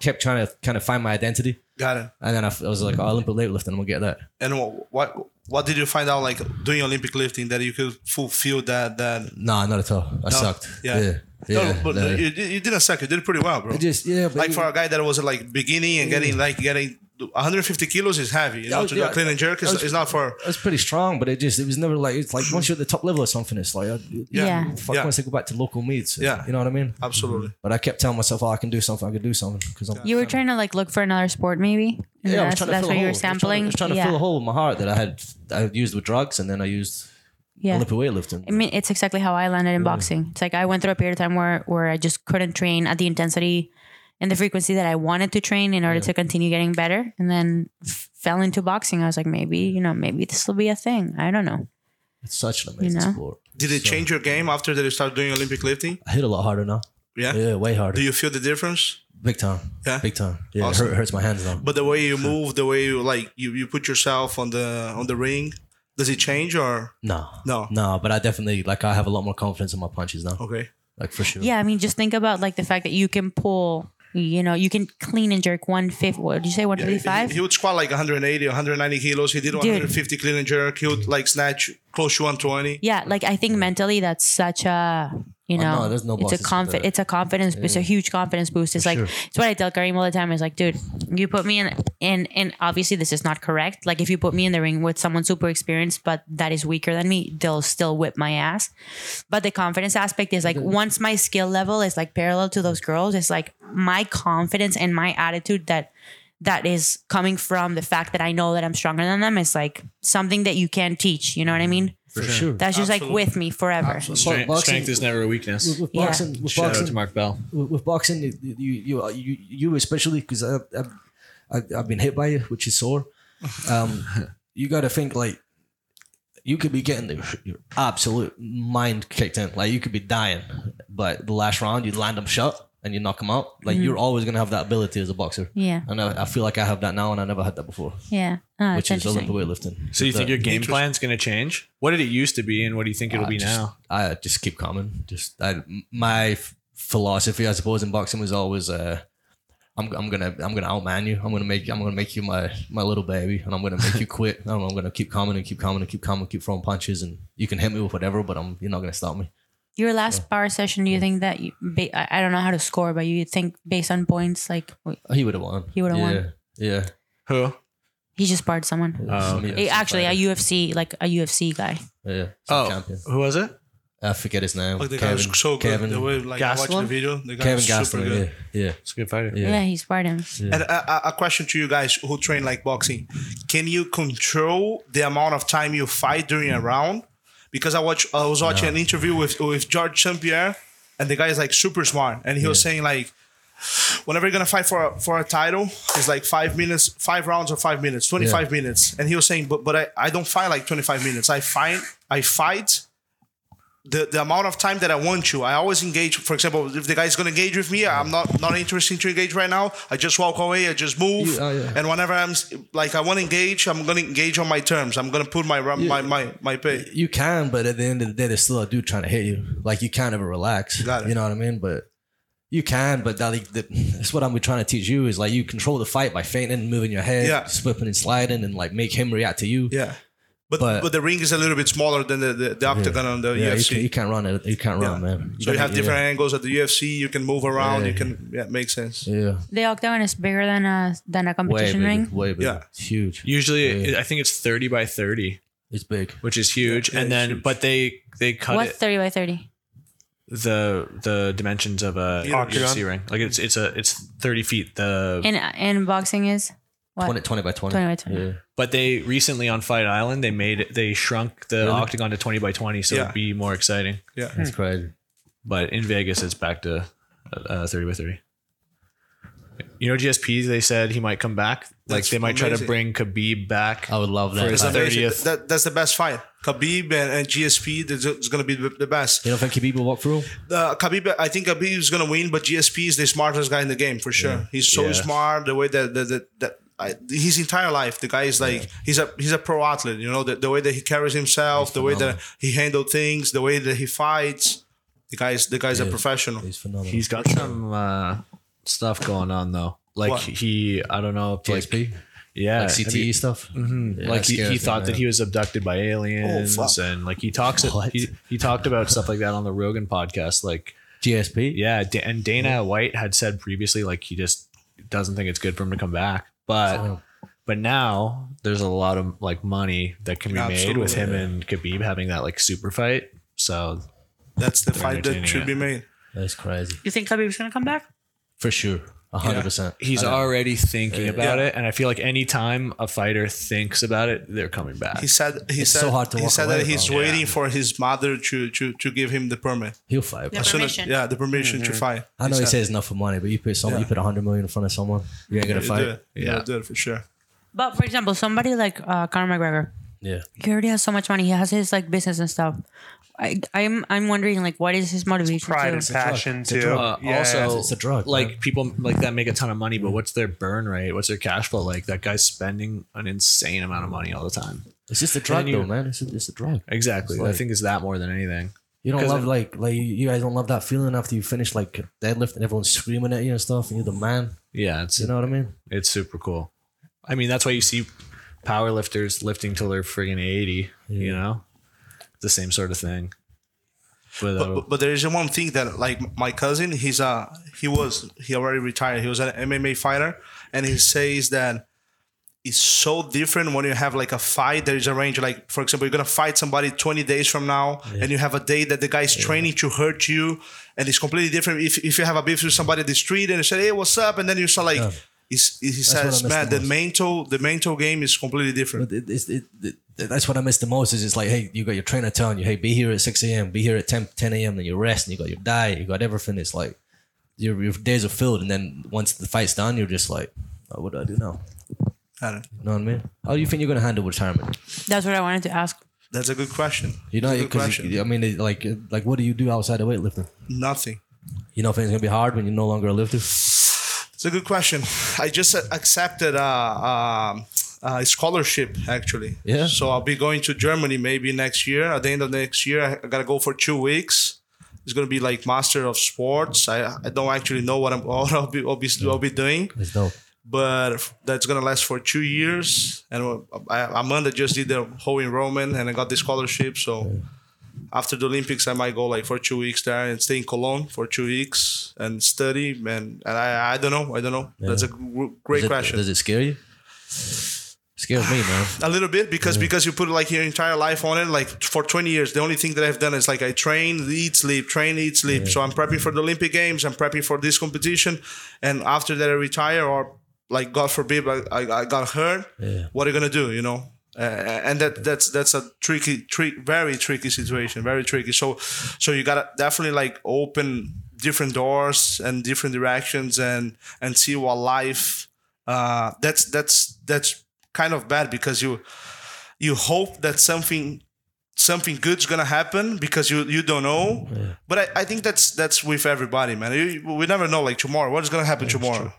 F: kept trying to kind of find my identity,
E: Got it.
F: and then I, f- I was like, oh, Olympic weightlifting, I'm gonna get that.
E: And what, what what did you find out like doing Olympic lifting that you could fulfill that that?
F: Nah, not at all. I sucked.
E: Oh, Yeah.
F: yeah,
E: no,
F: yeah,
E: but
F: no.
E: you, you didn't suck. You did pretty well, bro.
F: It just yeah, but
E: like
F: it-
E: for a guy that was like beginning and getting like getting 150 kilos is heavy. You know,
F: was-
E: to do
F: Oh, yeah. Oh,
E: a clean and jerk is,
F: was-
E: is not for.
F: It was pretty strong, but it just it was never like it's like once you're at the top level or something, it's like I,
A: Yeah.
F: fuck
E: Yeah.
F: wants to go back to local meets.
E: Yeah.
F: you know what I mean.
E: Absolutely.
F: But I kept telling myself, oh, I can do something. I can do something because I'm.
A: You were trying to like look for another sport, maybe. And
F: I was
A: that's
F: trying to
A: that's
F: fill
A: what you
F: a hole. I
A: were
F: was trying to-
A: sampling.
F: I was trying to
A: yeah.
F: fill a hole in my heart that I had I had used with drugs, and then I used
A: yeah.
F: Olympic weightlifting.
A: I mean, it's exactly how I landed in boxing. It's like I went through a period of time where where I just couldn't train at the intensity and the frequency that I wanted to train in order to continue getting better, and then f- fell into boxing. I was like, maybe you know, maybe this will be a thing. I don't know.
F: It's such an amazing
A: You know?
F: sport.
E: Did it
F: So-
E: change your game after that you started doing Olympic lifting?
F: I hit a lot harder now.
E: Yeah.
F: Yeah, way harder.
E: Do you feel the difference?
F: Big time.
E: Yeah?
F: Big time. Yeah,
E: Awesome.
F: it hurt, hurts my hands now.
E: But the way
F: *laughs*
E: you move, the way you like you, you put yourself on the on the ring, does it change or
F: no,
E: No.
F: no. But I definitely like I have a lot more confidence in my punches now.
E: okay?
F: Like for sure.
A: Yeah, I mean, just think about like the fact that you can pull. You know, you can clean and jerk one fifty. What did you say? One
E: He,
A: fifty five.
E: he would squat like 180 or 190 kilos. He did 150 clean and jerk. He would like snatch close to 120.
A: yeah like i think mentally that's such a you
F: Oh,
A: know
F: no, there's no
A: it's a
F: bosses
A: confi-
F: better.
A: it's a confidence it's a huge confidence boost it's like it's what i tell kareem all the time is like dude you put me in in and obviously this is not correct like if you put me in the ring with someone super experienced but that is weaker than me they'll still whip my ass but the confidence aspect is like once my skill level is like parallel to those girls it's like my confidence and my attitude that that is coming from the fact that I know that I'm stronger than them is like something that you can't teach. You know what I mean?
F: for sure.
A: That's just like with me forever.
B: Strength,
F: Boxing-
B: strength is never a weakness.
F: with
A: Yeah.
F: boxing, with
D: Shout out
F: boxing,
D: to Mark Bell.
F: with, with boxing, you you you, you, you especially because I, I, I I've been hit by you, which is sore.
D: *laughs*
F: Um, you got to think like you could be getting the, your absolute mind kicked in, like you could be dying, but the last round you land them shut and you knock them out. Like you're always gonna have that ability as a boxer.
A: Mm-hmm. Yeah.
F: And I, I feel like I have that now, and I never had that before,
A: Yeah. Ah,
F: which
A: that's
F: is Olympic
A: interesting.
F: weightlifting.
D: So you think
F: But, uh,
D: your game plan's going to change? What did it used to be, and what do you think it'll
F: I
D: be
F: just-
D: now?
F: I just keep coming. Just I, my f- philosophy, I suppose, in boxing was always, uh, I'm, I'm gonna I'm gonna outman you. I'm gonna make I'm gonna make you my my little baby, and I'm gonna make
E: *laughs*
F: you quit. And I'm gonna keep coming and keep coming and keep coming, keep throwing punches, and you can hit me with whatever, but I'm you're not gonna stop me.
A: Your last bar session, do you think that you, ba- I I don't know how to score, but you think based on points, like w-
F: Oh, He would have won.
A: He would've
F: yeah.
A: won.
F: Yeah.
D: Who?
A: he just barred someone.
E: Um,
F: Some-
A: Eh,
F: some
A: actually,
F: fighter.
A: a UFC, like a UFC guy.
F: yeah. some
D: Oh,
F: champion.
D: who was it?
F: I forget his name.
E: Like the guy
F: Kevin,
E: was so good.
F: Kevin,
E: the way like I watched the
D: Gastelum?
E: video, the guy
F: Kevin
E: was super
F: Gastelum.
E: good.
F: Yeah. Yeah.
D: It's a good fighter.
A: Yeah, he's barred him.
E: And a, a- a question to you guys who train like boxing: Can you control the amount of time you fight during a round? Because I watch, I was watching an interview with with George St Pierre, and the guy is like super smart, and he was saying like, whenever you're gonna fight for a, for a title, it's like five minutes, five rounds or five minutes, twenty five minutes, and he was saying, but but I, I don't fight like twenty five minutes. I fight I fight the, the amount of time that I want to. I always engage. For example, if the guy's gonna engage with me, I'm not not interested to engage right now. I just walk away. I just move.
F: You- oh, yeah.
E: And whenever I'm s- like I want to engage, I'm gonna engage on my terms. I'm gonna put my ru- my, my my pay.
F: You can, but at the end of the day, there's still a dude trying to hit you. Like you can't ever relax.
E: Got it.
F: You know what I mean? But you can, but that, like, the, that's what I'm trying to teach you is like you control the fight by feinting, moving your head,
E: Yeah.
F: slipping and sliding, and like make him react to you.
E: Yeah. But, but
F: But-
E: the ring is a little bit smaller than the, the, the octagon on the
F: Yeah, you,
E: UFC.
F: can, you can't run it. You can't run, man.
E: so you
F: gotta-
E: have
F: yeah,
E: different angles at the UFC. You can move around. You can yeah, makes sense.
F: Yeah,
A: The octagon is bigger than a than a
F: way
A: competition
F: big,
A: ring.
F: way big.
E: Yeah.
F: It's huge.
B: Usually, I think it's thirty by thirty,
F: It's big.
B: which is huge. and then, but they they cut
A: What's
B: it,
A: thirty by thirty?
B: the the dimensions of a
C: Octagon.
B: UFC ring. Like it's it's a it's thirty feet. The
A: And and boxing is what?
F: 20, 20 by 20.
A: 20 by 20.
F: Yeah.
B: but they recently on Fight Island they made it, they shrunk the octagon to twenty by twenty, so
E: Yeah.
B: it'd be more exciting.
E: Yeah.
F: That's crazy.
B: But in Vegas, it's back to uh, thirty by thirty. You know, GSP. They said he might come back. Like
E: That's
B: they might try to
E: amazing. Oh.
B: bring Khabib back.
F: I would love that.
B: There's
E: That's
B: a-
F: Like,
E: amazing.
B: 30th.
E: That, that's the best fight. Khabib and, and GSP that's- is going to be the the best.
F: you don't think Khabib will walk through?
E: Uh, Khabib, I think Khabib is going to win, but GSP is the smartest guy in the game for sure. He's so
B: Yeah.
E: smart. The way that that, that, that I, his entire life, the guy is like he's a he's a pro athlete. You know the, the way that he carries himself, the way that he handled things, the way that he fights. The guy's the guy's a professional.
F: He's phenomenal.
B: He's got some uh, stuff going on though. Like
E: What?
B: he, I don't know, if like
F: TXP,
B: yeah,
F: like
B: have
F: CTE
B: you-
F: stuff. Yeah,
B: like he,
F: scares
B: he
F: me,
B: thought that
F: man.
B: he was abducted by aliens
E: Oh, fuck.
B: and like he talks
F: What?
B: he, he talked about stuff like that on the Rogan podcast like
F: GSP.
B: yeah Da- and Dana White had said previously like he just doesn't think it's good for him to come back but
F: Oh.
B: but now there's a lot of like money that can be made with
E: Absolutely.
B: him and Khabib having that like super fight so
E: That's the fight that
B: entertaining
E: should
B: it.
E: be made.
F: That's crazy.
A: You think Khabib's gonna come back?
F: For sure. a 100%.
B: he's
F: I know.
B: already thinking about it and I feel like anytime a fighter thinks about it they're coming back
E: He said he
F: It's
E: said
F: so hard to
E: he
F: walk
E: said
F: away
E: that he's
F: from.
E: waiting for his mother to to to give him the permit.
F: He'll fight.
A: Yeah.
E: As soon as-
A: Permission.
E: yeah, the permission
F: Mm-hmm.
E: to fight.
F: I know he says not for money, but you put someone, you put 100 million in front of someone, you ain't going to
E: He'll do
F: fight.
E: it. Yeah, do it for sure.
A: But for example, somebody like uh, Conor McGregor,
F: Yeah.
A: he already has so much money. He has his like business and stuff. I, I'm I'm wondering like what is his motivation?
C: Pride
A: to-
C: and passion
F: a
C: too.
F: drug.
B: Uh,
C: Yeah.
B: Also,
F: It's a drug,
B: Like
F: man.
B: people like that make a ton of money, but what's their burn rate? What's their cash flow like? That guy's spending an insane amount of money all the time.
F: It's just a drug,
B: you-
F: though, man. It's a, it's a drug.
B: Exactly.
F: It's like-
B: I think it's that more than anything.
F: You don't
B: 'Cause
F: love
B: it-
F: like like you- you guys don't love that feeling after you finish like deadlift and everyone's screaming at you and stuff and you're the man.
B: Yeah, it's
F: You know what I mean?
B: it's super cool. I mean, that's why you see power lifters lifting till they're friggin' eighty. You know, the same sort of thing. But, uh,
E: But, but, but there is one thing that like my cousin, he's a he was he already retired. He was an MMA fighter, and he says that it's so different when you have like a fight. There is a range. Like for example, you're gonna fight somebody 20 days from now, and you have a day that the guy's training to hurt you, and it's completely different. If if you have a beef with somebody in the street and you say, "Hey, what's up?" and then you start like. It's, he
F: what I
E: says,
F: miss
E: man,
F: the
E: the mental, the mental game is completely different.
F: But it, it's it, it, that's what I miss the most is it's like, hey, you got your trainer telling you, hey, be here at 6 a.m., be here at 10, 10 a.m., then you rest and you got your diet, you got everything. It's like your, your days are filled. And then once the fight's done, you're just like, oh, what do I do now?
E: I don't know.
F: You know what I mean? How do you think you're going to handle retirement?
A: That's what I wanted to ask.
E: That's a good question.
F: You know,
E: That's a good
F: because
E: question.
F: I mean, it- like, like, what do you do outside of weightlifting?
E: Nothing.
F: You know, things gonna be hard when you're no longer a lifter.
E: It's a good question. I just uh, accepted a, um a scholarship actually.
F: Yeah.
E: So I'll be going to Germany maybe next year. At the end of next year, I- I gotta go for two weeks. It's gonna be like master of sports. I, I don't actually know what I'm *laughs* what I'll be I'll be, I'll be doing,
F: It's dope.
E: but that's gonna last for two years. And uh, I, Amanda just did the whole enrollment, and I got the scholarship. So after the Olympics, I might go like for two weeks there and stay in Cologne for two weeks and study. Man, and I, I don't know, I don't know. That's a gr- great
F: Does it-
E: question.
F: Does it scare you? scares
E: *sighs*
F: me, man.
E: a little bit because because you put like your entire life on it. Like for 20 years, the only thing that I've done is like I train, eat, sleep, train, eat, sleep. So I'm prepping for the Olympic Games. I'm prepping for this competition, and after that, I retire or like God forbid, I, I, I got hurt. What are you gonna do? You know. Uh, and that that's that's a tricky, trick, very tricky situation, very tricky. So, so you gotta definitely like open different doors and different directions, and and see what life. Uh, that's that's that's kind of bad because you you hope that something something good's gonna happen because you you don't know. But I, I think that's that's with everybody, man. You, we never know like tomorrow what's gonna happen tomorrow.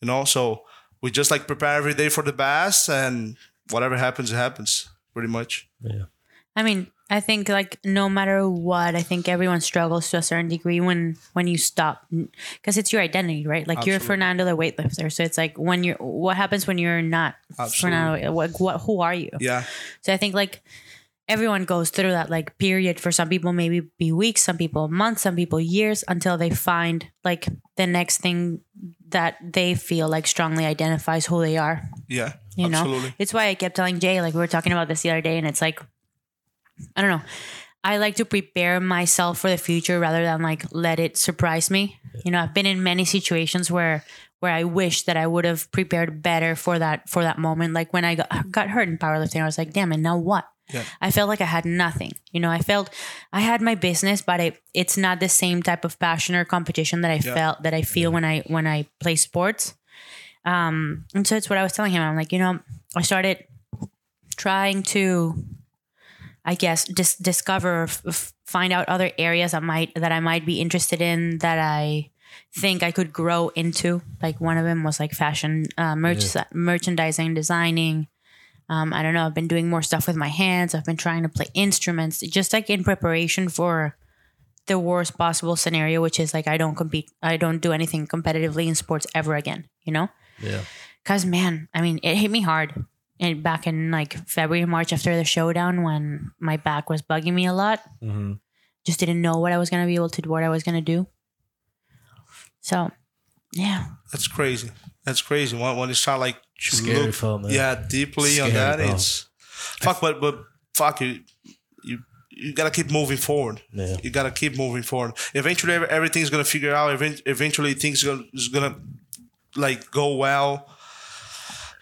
E: You know, so we just like prepare every day for the best, and whatever happens, it happens. Pretty much.
A: I mean, I think like no matter what, I think everyone struggles to a certain degree when when you stop because it's your identity, right? Like you're Fernando the weightlifter, so it's like when you're what happens when you're not Fernando? Like what? Who are you?
E: Yeah.
A: So I think like everyone goes through that like period for some people maybe be weeks, some people months, some people years until they find like the next thing that they feel like strongly identifies who they are.
E: Yeah.
A: You
E: absolutely.
A: know, it's why I kept telling Jay, like we were talking about this the other day, and it's like, I don't know. I like to prepare myself for the future rather than like let it surprise me. You know, I've been in many situations where where I wish that I would have prepared better for that for that moment. Like when I got, got hurt in powerlifting, I was like, damn, and now what? I felt like I had nothing. You know, I felt I had my business, but it, it's not the same type of passion or competition that I felt that I feel when I when I play sports. Um, and so it's what I was telling him. I'm like, you know, I started trying to, I guess, dis- discover, f- f- find out other areas I might that I might be interested in that I think I could grow into. Like one of them was like fashion, uh, merch- merchandising, designing. Um, I don't know. I've been doing more stuff with my hands. I've been trying to play instruments, just like in preparation for the worst possible scenario, which is like I don't compete, I don't do anything competitively in sports ever again. You know?
D: Yeah.
A: Cause man, I mean, it hit me hard. And back in like February, March after the showdown, when my back was bugging me a lot,
D: Mhm.
A: just didn't know what I was gonna be able to do, what I was gonna do. So, yeah,
E: That's crazy. That's crazy. When, when you start like to
F: Scary
E: look,
F: film, man.
E: yeah, deeply
F: Scary,
E: on that,
F: bro.
E: it's fuck. But but fuck you, you you gotta keep moving forward.
F: Yeah.
E: You gotta keep moving forward. Eventually, ev- everything's gonna figure out. Event- Eventually, things gonna is gonna like go well.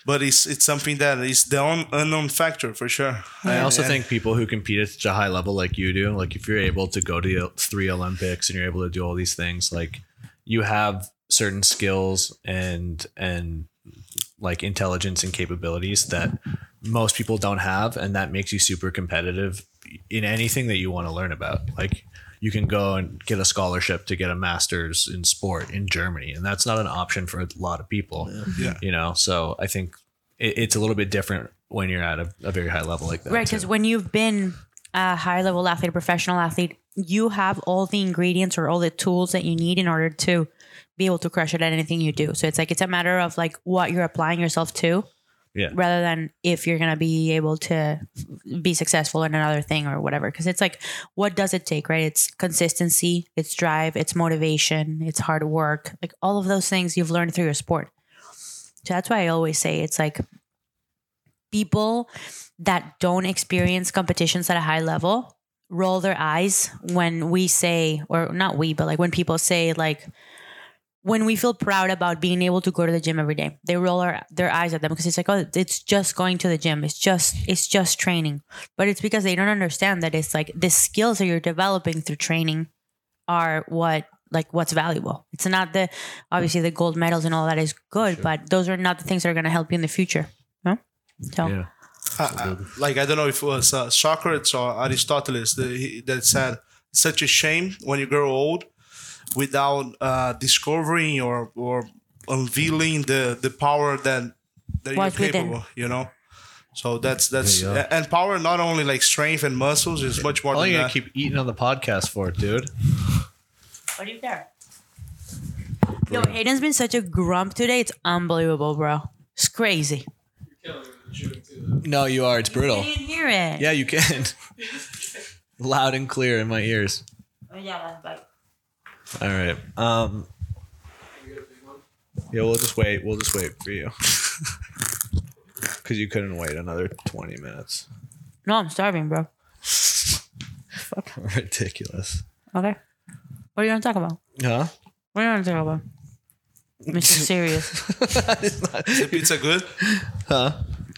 E: But it's it's something that is the un- unknown factor for sure.
D: I
E: And-
D: also
E: and-
D: think people who compete at such a high level like you do, like if you're able to go to the three Olympics and you're able to do all these things, like you have certain skills and and like intelligence and capabilities that most people don't have and that makes you super competitive in anything that you want to learn about. Like you can go and get a scholarship to get a master's in sport in Germany and that's not an option for a lot of people.
E: Yeah.
D: You know, so I think it, it's a little bit different when you're at a, a very high level like that.
A: right. Because
D: too.
A: when you've been a high level athlete, a professional athlete, you have all the ingredients or all the tools that you need in order to be able to crush it at anything you do. So it's like it's a matter of like what you're applying yourself to,
D: Yeah.
A: rather than if you're gonna be able to be successful in another thing or whatever. Because it's like what does it take, right? It's consistency, it's drive, it's motivation, it's hard work, like all of those things you've learned through your sport. So that's why I always say it's like people that don't experience competitions at a high level roll their eyes when we say or not we but like when people say like when we feel proud about being able to go to the gym every day they roll our, their eyes at them because it's like oh it's just going to the gym it's just it's just training but it's because they don't understand that it's like the skills that you're developing through training are what like what's valuable it's not the obviously the gold medals and all that is good but those are not the things that are going to help you in the future no so
D: yeah.
E: I- I- Uh, like I don't know if it was uh, Socrates or Aristoteles that, he- that said, "Such a shame when you grow old, without uh, discovering or or unveiling the the power that that
A: What's
E: you're
A: within.
E: capable." You know. So that's that's and power not only like strength and muscles is much more
D: All
E: than
D: you gotta
E: that.
D: keep eating on the podcast for it, dude.
A: What do you care? Yo, Hayden's been such a grump today. It's unbelievable, bro. It's crazy.
D: No, you are. It's
A: I
D: brutal.
A: didn't hear it.
D: Yeah, you can. Loud and clear in my ears.
A: Oh, Yeah, but
D: All right. Um. Yeah, we'll just wait. We'll just wait for you. *laughs* Because you couldn't wait another 20 minutes. *laughs*
A: no, I'm starving, bro.
D: Ridiculous.
A: Okay. What are you gonna talk about?
D: Huh?
A: What are you gonna talk *laughs* about? Mr. Serious.
E: The
D: *laughs*
E: pizza good?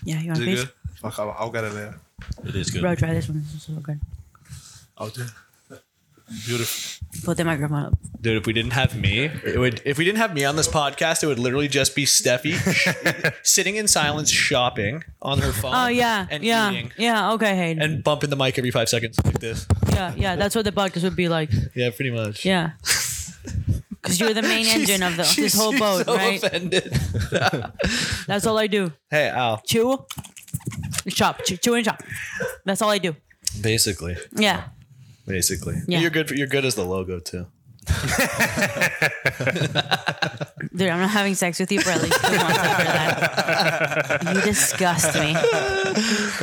A: Yeah, you want
E: Is
A: a
E: it
A: piece?
E: good? Fuck, I'll, I'll get it later.
F: It is good.
A: Bro, try this one. This is so good.
E: I'll do. it. Beautiful.
A: Put the microphone up.
D: Dude, if we didn't have me,
B: It would if we didn't have me on this podcast, it would literally just be Steffi *laughs* sitting in silence shopping on her phone.
A: Oh yeah,
B: and
A: yeah,
B: eating
A: yeah. Okay, Hayden.
B: and bumping the mic every five seconds like this.
A: yeah, yeah. That's what the podcast would be like.
B: Yeah, pretty much.
A: Yeah. Because you're the main engine of the,
B: *laughs*
A: this whole boat,
B: so
A: right?
B: offended.
A: That's all I do.
B: Hey, Al.
A: Chew, chop, chew, chew and chop. That's all I do.
B: Basically,
A: Yeah.
B: basically,
A: Yeah.
B: you're good. For, you're good as the logo too.
A: Dude, I'm not having sex with you for at least two months after that. You disgust me.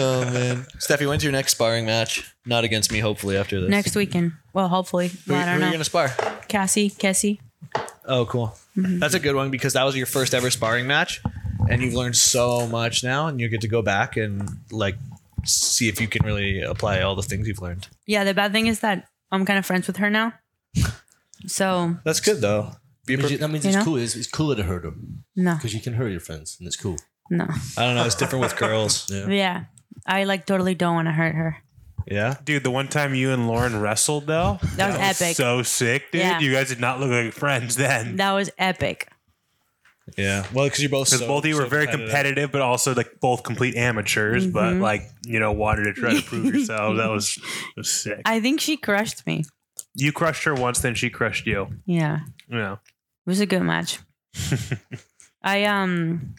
B: Oh man, Steffi, when's your next sparring match? Not against me, hopefully. After this,
A: Next weekend. Well, hopefully.
B: Who,
A: I
B: who
A: don't
B: are
A: know.
B: you gonna spar?
A: Cassie, Cassie.
B: Oh, cool. That's a good one because that was your first ever sparring match, and you've learned so much now, and you get to go back and like see if you can really apply all the things you've learned.
A: Yeah, the bad thing is that I'm kind of friends with her now. So,
B: That's good though. Be
F: That
B: pre-
F: means, that means
A: You
F: it's
A: know?
F: cool. It's, it's cooler to hurt them
A: no,
F: because you can hurt your friends, and it's cool.
A: no.
B: I don't know. It's different with girls.
A: Yeah. I like totally don't want to hurt her.
B: Yeah.
C: Dude, the one time you and Lauren wrestled though,
A: That was epic.
C: So sick, dude.
A: Yeah.
C: You guys did not look like friends then.
A: That was epic.
B: Yeah. Well, because you're both
C: Because
B: so,
C: both of you were
B: so
C: very competitive, but also like both complete amateurs, but
A: Mm-hmm.
C: like, you know, wanted to try to
A: *laughs*
C: prove yourself. That was, was sick.
A: I think she crushed me.
C: You crushed her once, then she crushed you.
A: Yeah.
C: You know.
A: It was a good match. I um,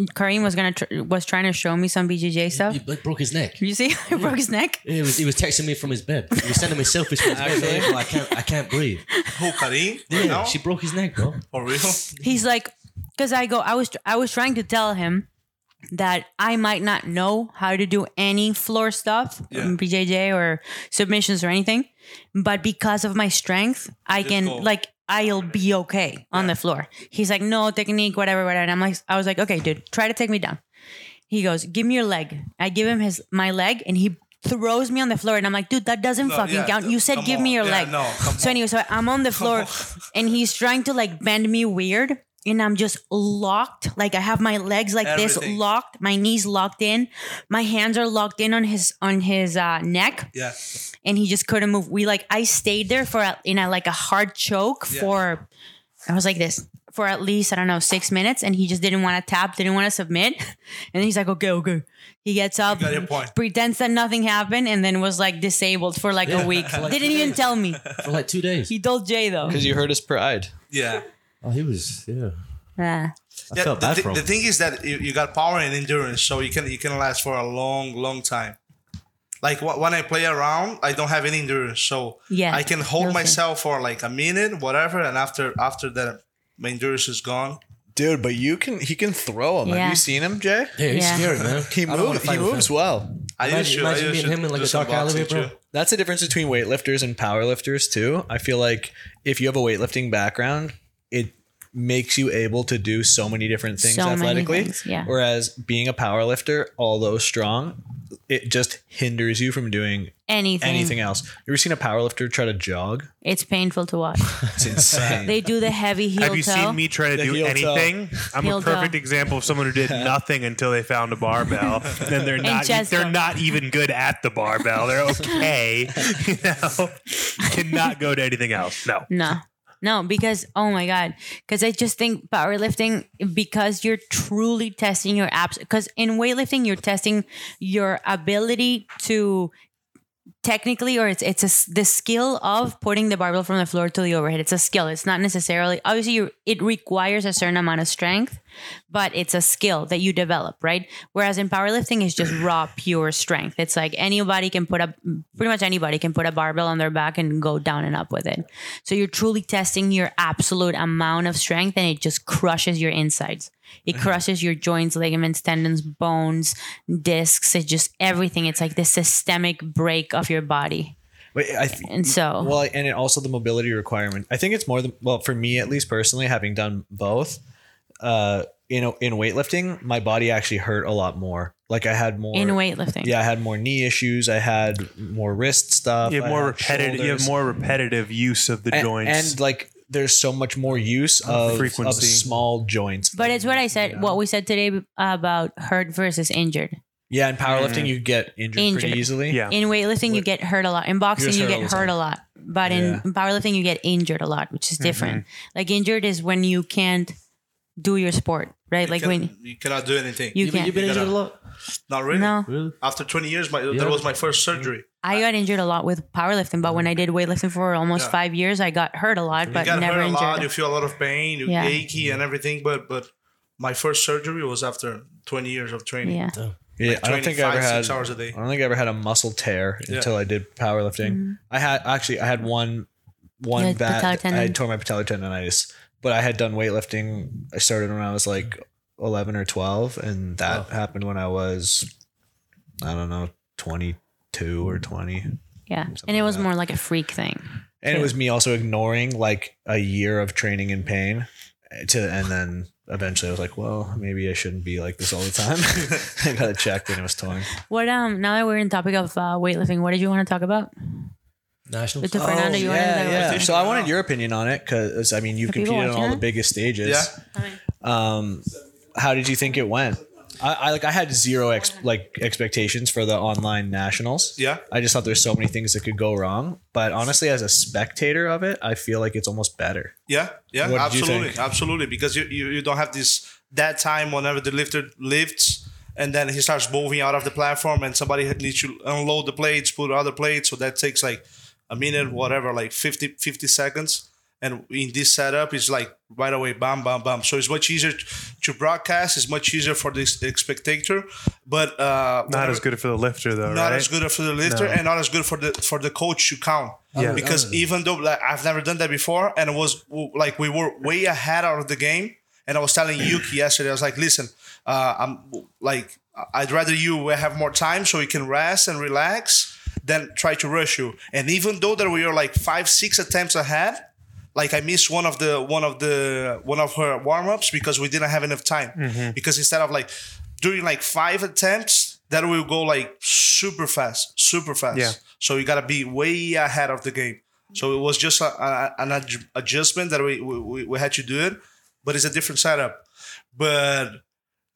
A: Kareem was gonna tr- was trying to show me some BJJ stuff.
F: He like, broke his neck.
A: You see, *laughs* I broke his neck.
F: He was, he was texting me from his bed. He was sending me selfies from his bed.
B: Actually?
F: Hey, bro, I can't, I can't
E: *laughs*
F: breathe.
E: Who, Oh, Karim?
F: Yeah,
E: No?
F: she broke his neck, bro.
E: For
D: *laughs*
E: real?
A: He's like, because I go, I was I was trying to tell him that I might not know how to do any floor stuff,
E: Yeah.
A: um, BJJ or submissions or anything, but because of my strength, I can
E: go.
A: like I'll be okay on the floor. He's like, no technique, whatever, whatever. And I'm like, I was like, okay, dude, try to take me down. He goes, give me your leg. I give him his my leg, and he throws me on the floor, and I'm like, dude, that doesn't
E: No,
A: fucking
E: yeah,
A: count. You said
E: come
A: give me
E: on.
A: your
E: Yeah,
A: leg.
E: no, come
A: so
E: on.
A: anyway, so I'm on the floor, and he's trying to like bend me weird, and I'm just locked. Like I have my legs like this
E: Everything.
A: locked, my knees locked in, my hands are locked in on his on his uh, neck,
E: Yeah.
A: and he just couldn't move. We like I stayed there for a, in a like a hard choke
E: Yeah.
A: for I was like this for at least I don't know six minutes, and he just didn't want to tap, didn't want to submit, *laughs* and he's like, okay, okay. He gets up,
E: Got your point.
A: pretends that nothing happened, and then was like disabled for like a week.
E: *laughs*
F: like
A: didn't
F: two
A: even
F: days.
A: tell me.
F: For like two days.
A: He told Jay though.
B: Because you hurt his pride.
E: Yeah.
F: Oh, he was, yeah.
A: Yeah.
F: I
E: Yeah,
F: felt
E: the,
F: bad
E: thi-
F: for him.
E: the thing is that you, you got power and endurance, so you can you can last for a long, long time. Like wh- when I play around, I don't have any endurance, so
A: Yeah,
E: I can hold
A: no
E: myself for like a minute, whatever, and after after that, my endurance is gone.
B: Dude, but you can. He can throw him.
A: Yeah.
B: Have you seen him, Jay?
F: yeah, he's
A: Yeah.
F: scary, man.
B: He
F: I don't wanna
B: moves.
F: fight
B: He
F: with him.
B: moves well.
E: I
F: Imagine-
E: used to,
F: imagine
E: I used
F: me and
E: to
F: him in, like,
E: do
F: a
E: some
F: dark alleyway,
E: boxing,
F: bro.
E: too.
B: That's the difference between weightlifters and powerlifters too. I feel like if you have a weightlifting background, it makes you able to do so many different things
A: So many
B: athletically.
A: things, yeah.
B: Whereas being a powerlifter, although strong, it just hinders you from doing
A: Anything.
B: anything else. You ever seen a powerlifter try to jog?
A: It's painful to
C: *laughs*
A: watch.
B: It's
A: *laughs*
B: insane.
A: They do the heavy heel
C: Have you
A: toe.
C: seen me try to
B: The
C: do
B: heel toe.
C: anything? I'm
A: Heel
C: a
A: toe.
C: perfect example of someone who did nothing until they found a
B: *laughs*
C: barbell. and they're not
A: chest
C: they're
A: bump.
C: not even good at the
A: *laughs*
C: barbell. They're okay. *laughs* you know. Cannot go to anything else. No.
A: No. No, because oh my god, because I just think powerlifting because you're truly testing your abs. Because in weightlifting, you're testing your ability to technically, or it's it's a s the skill of putting the barbell from the floor to the overhead. It's a skill. It's not necessarily obviously you it requires a certain amount of strength, but it's a skill that you develop, right? Whereas in powerlifting, it's just raw, pure strength. It's like anybody can put a pretty much anybody can put a barbell on their back and go down and up with it. So you're truly testing your absolute amount of strength and it just crushes your insides. It
B: Mm-hmm.
A: crushes your joints, ligaments, tendons, bones, discs. It's just everything. It's like the systemic break of your body.
B: But I th-
A: And so,
B: Well, and it also the mobility requirement. I think it's more than well for me at least personally, having done both. Uh, in in weightlifting, my body actually hurt a lot more. Like I had more
A: in weightlifting,
B: Yeah, I had more knee issues. I had more wrist stuff.
C: You
B: I
C: have more
B: had
C: repetitive you have
B: shoulders.
C: more repetitive use of the
B: and,
C: joints.
B: and like there's so much more use of frequency
C: frequency.
B: of small joints.
A: But it's what I said, what we said today about hurt versus injured.
B: yeah, in powerlifting you get injured,
A: Injured.
B: pretty easily.
C: Mm. yeah.
A: In weightlifting, you get hurt a lot. In boxing,
B: just
A: you
B: hurt
A: get
B: all the
A: hurt a lot. But in powerlifting, you get injured a lot, which is different. Like injured is when you can't do your sport, right? like
E: Can-
A: when
E: you cannot do anything.
A: you
F: You've been,
A: can't.
F: you've been injured a lot.
E: Not really.
A: no,
F: Really?
E: After 20 years, my,
F: Yeah.
E: that was my first surgery.
A: I got injured a lot with powerlifting, but when I did weightlifting for almost
E: Yeah.
A: five years, I got hurt a lot,
E: You
A: but
E: got
A: never
E: hurt a
A: injured.
E: lot. You feel a lot of pain. You
A: Yeah.
E: achy and everything. But but my first surgery was after 20 years of training.
A: yeah.
B: Yeah, I don't think I ever
E: 25,
B: had.
E: six hours a day.
B: I don't think I ever had a muscle tear
E: Yeah.
B: until I did powerlifting.
A: Mm-hmm.
B: I had actually I had one one
A: Yeah, patellar
B: bad. I
A: tendon.
B: tore my patellar tendonitis, but I had done weightlifting. I started when I was like eleven or twelve, and that happened when I was I don't know twenty two or twenty.
A: Yeah. And
B: Something
A: it was
B: like
A: more like a freak thing.
B: And it was me also ignoring like a year of training in pain uh, to and then eventually I was like, well, maybe I shouldn't be like this all the time. *laughs* I got it checked and it was torn.
A: What um now that we're in topic of uh, weightlifting, what did you want to talk about?
F: National.
A: With the Fernando, you wanted to talk about
B: So I wanted your opinion on it because I mean you've
A: Are "Oh." people
B: competed on
A: watching
B: all the
A: it?
B: biggest stages.
E: Yeah.
B: Um, how did you think it went? I, I like I had zero ex, like expectations for the online nationals.
E: Yeah.
B: I just thought there's so many things that could go wrong. But honestly, as a spectator of it, I feel like it's almost better.
E: Yeah, yeah,
B: What did you
E: absolutely,
B: think?
E: absolutely. Because you, you, you don't have this that time whenever the lifter lifts and then he starts moving out of the platform and somebody needs to unload the plates, put other plates. So that takes like a minute, whatever, like 50, 50 seconds. And in this setup, it's like right away, bam, bam, bam. So it's much easier t- to broadcast. It's much easier for this the spectator, but uh,
C: Not
E: whenever-
C: as good for the lifter though,
E: not
C: right?
E: as good for the lifter
C: No.
E: and not as good for the for the coach to count.
C: Yeah.
E: Because even though like, I've never done that before, and it was like we were way ahead out of the game, and I was telling Yuki yesterday, I was like, listen, uh, I'm like, I'd rather you have more time so you can rest and relax than try to rush you. And even though that we were like five, six attempts ahead, like I missed one of the one of the one of her warm ups because we didn't have enough time.
B: Mm-hmm.
E: Because instead of like doing like five attempts, that will go like super fast, super fast.
C: Yeah.
E: So you gotta be way ahead of the game. So it was just a, a, an adj- adjustment that we, we we had to do it, but it's a different setup. But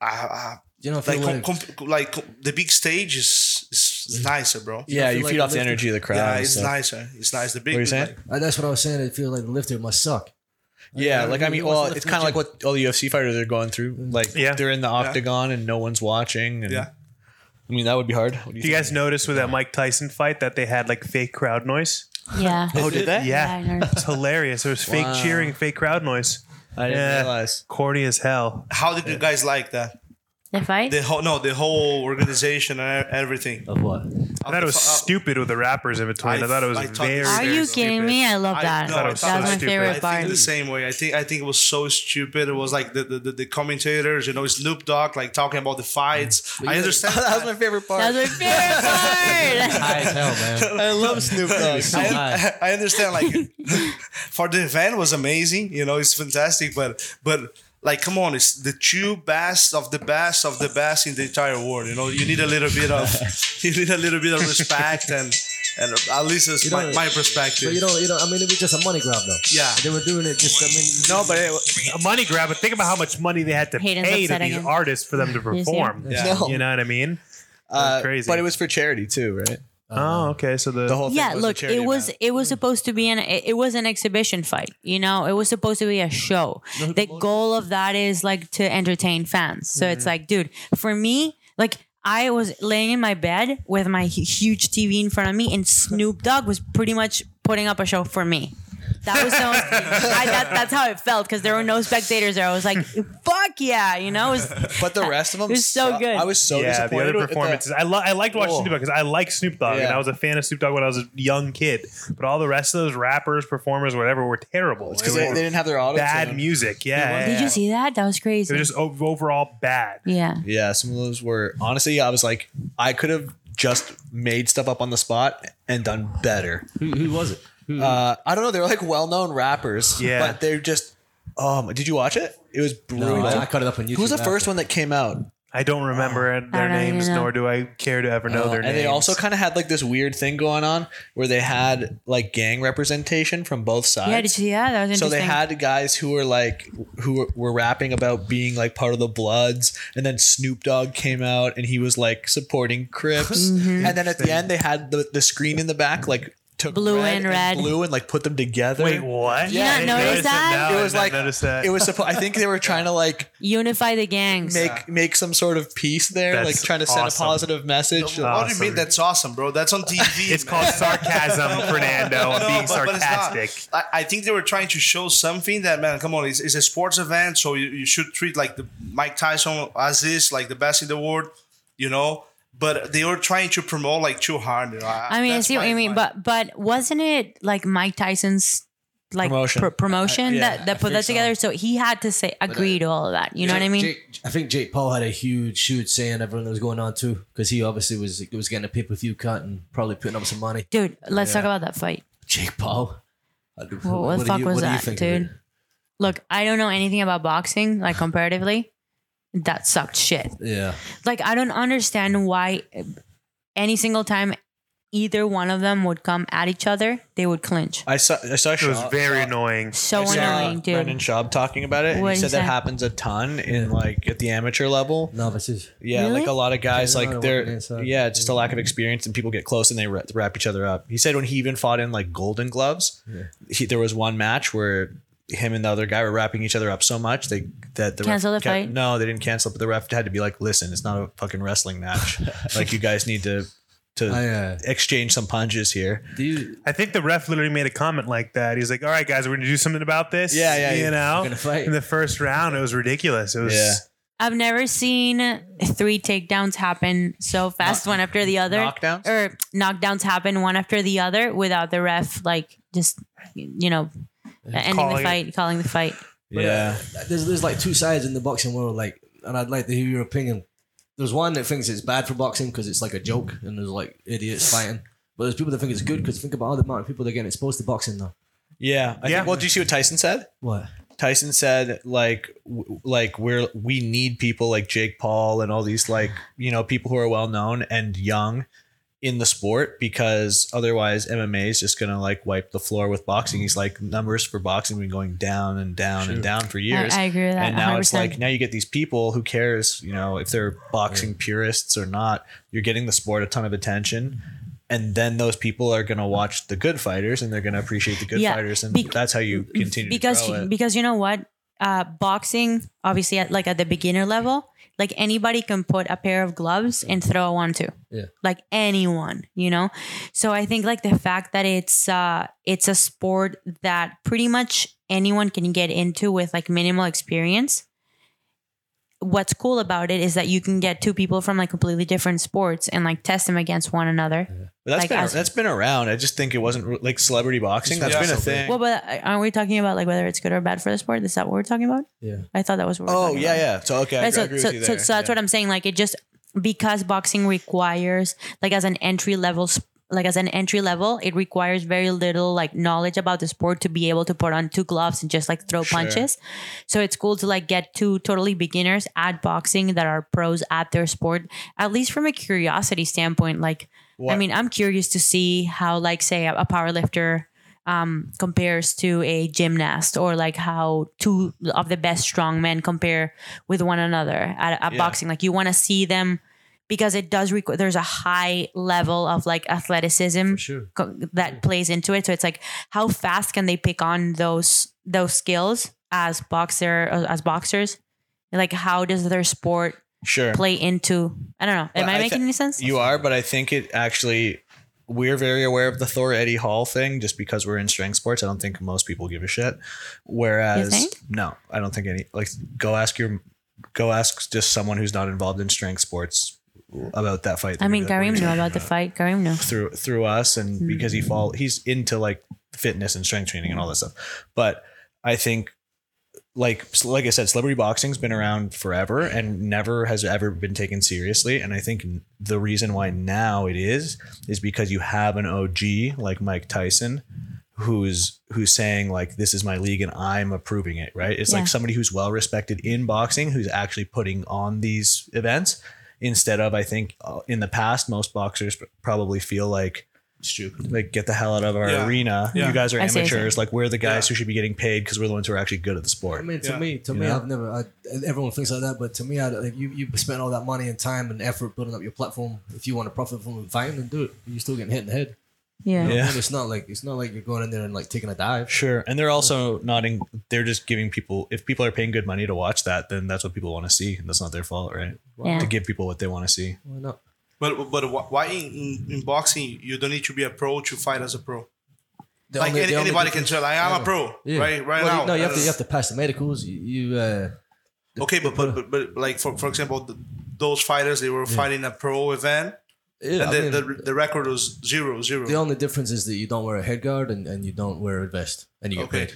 E: I, I,
F: You know, I feel
E: like com-
F: like,
E: com- like com- the big stage is is nicer, bro.
B: Mm-hmm. Yeah,
F: feel
B: you
F: like
B: feed
F: a
B: off the
F: lifter-
B: energy of the crowd.
E: Yeah,
B: and
E: it's
B: stuff.
E: nicer. It's nice. The big.
B: What are you saying?
E: like-
F: uh, that's what I was saying. I feel like the lifter must suck.
B: Yeah,
F: Yeah,
B: like I
F: you
B: mean,
F: watch
B: well,
F: the
B: it's kind of like what all the UFC fighters are going through. Like,
C: Yeah.
B: they're in the octagon and no one's watching. And,
E: Yeah.
B: I mean, that would be hard. What do you,
C: Do
B: think?
C: you guys notice with that Mike Tyson fight that they had like fake crowd noise?
A: Yeah.
B: Oh, did they?
A: Yeah, I
C: Yeah.
A: know.
C: It's hilarious. There was fake
B: Wow.
C: cheering, fake crowd noise.
B: I didn't
C: Yeah.
B: realize.
C: Corny as hell.
E: How did you guys like that?
A: The
E: *laughs*
A: fight?
E: The whole no, the whole organization and e- everything.
F: Of what?
C: I thought it was stupid with the rappers in between. I,
E: oh. I-
C: thought it was
E: I thought
C: very.
E: this-
A: Are you
C: very
A: kidding
C: stupid.
A: me? I love
E: I-
A: that.
E: no,
A: that
C: I thought
A: was
C: it was
A: my
C: stupid.
A: favorite
E: I
A: part.
E: think the same way. I think I think it was so stupid. It was like the the, the, the commentators, you know, Snoop Dogg, like talking about the fights. I understand.
B: Mm. *laughs* that was my favorite part.
A: That was my
B: *laughs*
A: favorite part.
F: High as hell, man.
B: I love Snoop
E: *laughs*
B: Dogg.
F: So high.
E: I understand. Like *laughs* for the event was amazing. You know, it's fantastic. But but like, come on, it's the two best of the best of the best in the entire world. You know, you need a little bit of *laughs* you need a little bit of respect and and at least it's
F: You
E: my,
F: know,
E: my
F: But
E: perspective.
F: you know, you know. I mean, it was just a money grab, though.
E: Yeah.
F: They were doing it just. I mean,
C: No, but it, a money grab. But think about how much money they had to
A: Hayden's
C: pay to
A: upset
C: these
A: again.
C: artists for them to perform.
E: Yeah.
B: No.
C: You know what I mean?
B: Uh,
C: crazy.
B: But it was for charity too, right?
C: Oh, okay. So the,
B: The whole thing
A: yeah
B: was a
A: look
B: charity
A: it was
B: event.
A: it was supposed to be an it, it was an exhibition fight you know it was supposed to be a show the goal of that is like to entertain fans so
B: Mm-hmm.
A: it's like dude for me like I was laying in my bed with my hu- huge TV in front of me, and Snoop Dogg was pretty much putting up a show for me. That was
B: *laughs*
A: so. I, that, that's how it felt because there were no spectators there. I was like, "Fuck yeah!" You know, it was, *laughs*
B: But the rest of them
A: It was so
B: sucked.
A: good.
B: I was so
C: yeah, the
B: disappointed.
C: other
B: with
C: performances. I lo- I liked watching
B: Whoa.
C: Snoop Dogg because I like Snoop Dogg and
B: Yeah.
C: I was a fan of Snoop Dogg when I was a young kid. But all the rest of those rappers, performers, whatever, were terrible.
B: It's 'cause they, they didn't have their auto
C: bad music. Yeah, yeah,
A: did
C: yeah.
A: you see that? That was
C: They
A: crazy.
C: were just o- overall bad.
A: yeah,
B: Yeah, some of those were honestly. I was like, I could have just made stuff up on the spot and done better.
F: who, who was it? Who,
B: Uh, I don't know. They're like well-known rappers.
C: Yeah.
B: but they're just. Um, did you watch it? It was brutal.
F: no, I, I cut it up on YouTube.
B: Who was the
F: after.
B: first one that came out?
C: I don't remember their
A: I don't
C: names,
A: even know.
C: nor do I care to ever know
B: Uh,
C: their
B: Oh. and
C: names.
B: they also kind of had like this weird thing going on where they had like gang representation from both sides.
A: yeah. Did you see that? That was
B: so
A: interesting.
B: they had guys who were like who were- were rapping about being like part of the Bloods, and then Snoop Dogg came
A: Mm-hmm.
B: out and he was like supporting Crips, and then at the end they had the, the screen in the back like took
A: Blue
B: red
A: and red.
B: blue and like put them together.
C: Wait, what?
A: You not
C: I
A: notice
C: noticed
A: that?
C: now.
B: It was
C: I
B: like
C: noticed that.
B: it was. Suppo- I think they
C: *laughs*
B: were trying to like
A: Unify the gangs.
B: make make some sort of peace there,
C: That's
B: like trying to send
C: awesome.
B: a positive message.
E: What do you
C: Awesome.
E: mean? That's awesome, bro. That's on TV.
C: *laughs* It's
B: *laughs*
E: man.
C: called sarcasm, Fernando. I'm
E: *laughs* No,
C: being
E: but- but it's not.
C: sarcastic.
E: I, I think they were trying to show something that man, come on, it's, it's a sports event, so you, you should treat like the Mike Tyson as is, like the best in the world, you know. But they were trying to promote like too hard. You know?
A: I mean, I
E: that's
A: see what
E: my-
A: you mean,
E: my-
A: but but wasn't it like Mike Tyson's like
B: Promotion.
A: promotion, promotion
B: I- yeah,
A: that that
B: I
A: put that
B: think so.
A: together? So he had to say
E: uh,
A: agree to all of that. You know what I mean?
F: Jake, I think Jake Paul had a huge shoot saying everything that was going on too, because he obviously was was getting a pay per view cut and probably putting up some money.
A: Dude, let's talk about that fight.
F: Jake Paul. What,
A: What, what the
F: do
A: fuck
F: you-
A: was
F: what do you
A: that,
F: think of it?
A: dude? Look, I don't know anything about boxing, like comparatively. That sucked shit.
F: Yeah,
A: Like I don't understand why eh, any single time either one of them would come at each other, they would clinch.
B: I saw. I saw.
C: It was
B: Shaw-
C: very annoying.
A: So
E: uh,
B: I saw
A: annoying, dude.
B: Brendan Schaub talking about it, and
A: What'd
B: he
A: he
B: said that
A: say?
B: happens a ton in like at the amateur level.
F: novices.
B: Yeah,
A: Really?
B: like a lot of guys,
F: Yeah,
B: like
F: they're
B: they're
F: working inside. Mm-hmm.
B: yeah, just a lack of experience, and people get close and they wrap, wrap each other up. He said when he even fought in like Golden Gloves, he, there was one match where him and the other guy were wrapping each other up so much they that the
A: Cancel the
B: ref, ca-
A: fight?
B: No, they didn't cancel, but the ref had to be like, "Listen, it's not a fucking wrestling
F: *laughs*
B: match. like you guys need to to
F: I, uh,
B: exchange some punches here."
F: do you
C: I think the ref literally made a comment like that. He's like, "All right, guys, we're gonna do something about this."
B: Yeah, yeah,
C: You
B: yeah.
C: know,
F: We're gonna fight.
C: in the first round, it was ridiculous. It was.
B: Yeah.
A: I've never seen three takedowns happen so fast, one after the other.
B: Knockdowns?
A: or knockdowns happen one after the other without the ref like just you know ending
C: Calling
A: the
C: it.
A: fight, calling the fight.
F: But,
B: yeah,
F: uh, there's there's like two sides in the boxing world, like, and I'd like to hear your opinion. There's one that thinks it's bad for boxing because it's like a joke, and there's like idiots fighting. But there's people that think it's good because think about all the amount of people that are getting exposed to boxing though.
B: yeah. I
C: Yeah.
B: Think, well, do you see what Tyson said?
F: What?
B: Tyson said like w- like we're we need people like Jake Paul and all these like you know people who are well known and young in the sport because otherwise MMA is just gonna like wipe the floor with boxing. He's like numbers for boxing have been going down and down and down for years.
A: I agree with that
B: And now it's
A: 100%.
B: like now you get these people who cares you know if they're boxing purists or not. You're getting the sport a ton of attention. And then those people are going to watch the good fighters, and they're going to appreciate the good
A: Yeah,
B: fighters, and
A: bec-
B: that's how you continue.
A: because
B: to grow it.
A: because you know what uh boxing obviously at like at the beginner level like anybody can put a pair of gloves and throw a one two
F: Yeah.
A: like anyone you know so i think like the fact that it's uh it's a sport that pretty much anyone can get into with like minimal experience what's cool about it is that you can get two people from like completely different sports and like test them against one another
B: But that's
A: Like,
B: been
A: as-
B: that's been around. I just think it wasn't like celebrity boxing. That's
E: Yeah.
B: been a thing.
A: well but uh, aren't we talking about like whether it's good or bad for the sport is that what we're talking about
F: Yeah.
A: i thought that was what we were
B: oh
A: talking
B: yeah,
A: about.
B: yeah. So okay, I
A: Right,
B: agree-
A: so,
B: agree
A: so,
B: with you
A: so,
B: there.
A: so that's
B: Yeah.
A: what I'm saying. Like it just because boxing requires like as an entry level sp- like as an entry level, it requires very little like knowledge about the sport to be able to put on two gloves and just like throw
B: Sure.
A: punches. So it's cool to like get two totally beginners at boxing that are pros at their sport, at least from a curiosity standpoint. Like I
B: What-
A: mean, I'm curious to see how like say a, a powerlifter um, compares to a gymnast or like how two of the best strong men compare with one another at, at
B: Yeah.
A: boxing. Like you want to see them because it does require, there's a high level of like athleticism
F: Sure.
A: co- that plays into it. So it's like, how fast can they pick on those, those skills as boxer, as boxers? Like how does their sport
B: sure
A: play into, I don't know. Am
B: Well,
A: I,
B: I
A: making
B: thi-
A: any sense?
B: you are, but I think it actually we're very aware of the Thor Eddie Hall thing just because we're in strength sports. I don't think most people give a shit. Whereas
A: You think?
B: no, I don't think any like go ask your go ask just someone who's not involved in strength sports about that fight.
A: I mean,
B: They're gonna be
A: Karim
B: like,
A: knew
B: "What are you
A: about
B: talking
A: the fight. Karim knew.
B: through through us and because he fall he's into like fitness and strength training and all that stuff but i think like like i said celebrity boxing's been around forever and never has ever been taken seriously and i think the reason why now it is is because you have an og like mike tyson who's who's saying like this is my league and i'm approving it right it's
A: Yeah.
B: like somebody who's well respected in boxing who's actually putting on these events instead of I think uh, in the past most boxers probably feel like
E: stupid.
B: like get the hell out of our
E: Yeah.
B: arena.
E: Yeah.
B: You guys are
A: I see, I see.
B: amateurs. Like we're the guys
E: Yeah.
B: who should be getting paid because we're the ones who are actually good at the
F: I
B: sport.
F: mean, to
E: Yeah.
F: me, to
B: You
F: me,
B: know?
F: I've never. I, everyone thinks like that, but to me, I, like you, you spent all that money and time and effort building up your platform. If you want to profit from fighting, then do it. You're still getting hit in the head.
A: Yeah.
B: Yeah.
F: And it's not like it's not like you're going in there and like taking a dive.
B: Sure, and they're also not in. They're just giving people. If people are paying good money to watch that, then that's what people want to see, and that's not their fault, right?
A: Yeah.
B: To give people what they want to see.
F: Why not?
E: But but wh- why in, in, in boxing you don't need to be a pro to fight as a pro?
F: The
E: like
F: only-
E: any,
F: the only
E: anybody can
F: difference-
E: tell, like, I'm
F: Yeah.
E: a pro,
F: Yeah.
E: right? Right
F: Well,
E: now.
F: you- no, you have to
E: Uh,
F: you have to pass the medicals. You, you uh,
E: Okay, but but, but but like for for example, th those fighters they were fighting a pro event,
F: yeah,
E: and
F: I
E: the,
F: mean,
E: the
F: the,
E: the record was zero zero.
F: only difference is that you don't wear a head guard and, and you don't wear a vest and you get
E: Okay.
F: paid.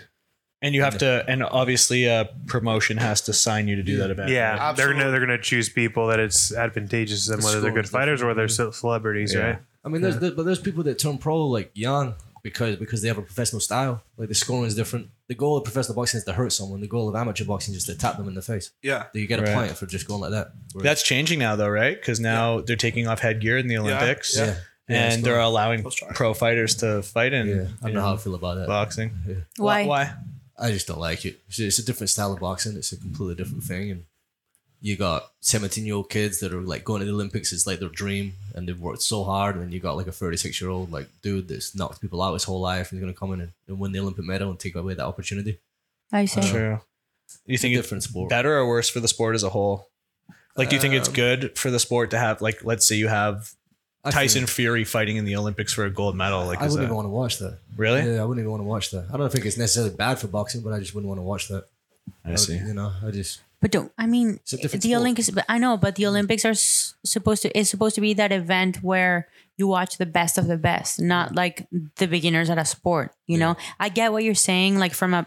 B: And you have to, and obviously, uh, promotion has to sign you to do that event.
C: Yeah,
E: Absolutely.
C: they're gonna they're gonna choose people that it's advantageous to them,
F: The
C: whether they're
F: schools,
C: good fighters or whether they're ce- celebrities,
B: Yeah.
C: right?
F: I mean, there's there- but there's people that turn pro like young because because they have a professional style. Like the scoring is different. The goal of professional boxing is to hurt someone. The goal of amateur boxing is just to tap them in the face.
E: Yeah.
F: Do you get a
B: Right.
F: point for just going like that? Whereas-
B: That's changing now, though, right? Because now they're taking off headgear in the Olympics,
E: yeah.
F: Yeah,
B: and
F: it's
B: they're allowing
E: Oh, sorry.
B: pro fighters to fight in,
F: yeah. I
B: in
F: don't know how I feel about that.
B: boxing.
A: Why?
B: Why?
F: I just don't like it. It's, it's a different style of boxing. It's a completely different thing. And you got 17 year old kids that are like going to the Olympics. It's like their dream and they've worked so hard. And then you got like a 36 year old like dude that's knocked people out his whole life and he's going to come in and, and win the Olympic medal and take away that opportunity.
A: I see.
B: True. You
F: It's a
B: think it's
F: different sport.
B: better or worse for the sport as a whole? Like, do you think it's
F: Um,
B: good for the sport to have, like, let's say you have
F: I think-
B: Tyson Fury fighting in the Olympics for a gold medal? Like,
F: I
B: is
F: wouldn't
B: that
F: even want to watch that.
B: really?
F: Yeah, I wouldn't even want to watch that. I don't think it's necessarily bad for boxing, but I just wouldn't want to watch that.
B: I
F: would-
B: see.
F: You know, I just
A: But don't, I mean,
F: It's a
A: the
F: different sport. Mm-hmm.
A: Olympics. But I know, but the Olympics are s- supposed to. It's supposed to be that event where you watch the best of the best, not like the beginners at a sport. You know, I get what you're saying. Like from a,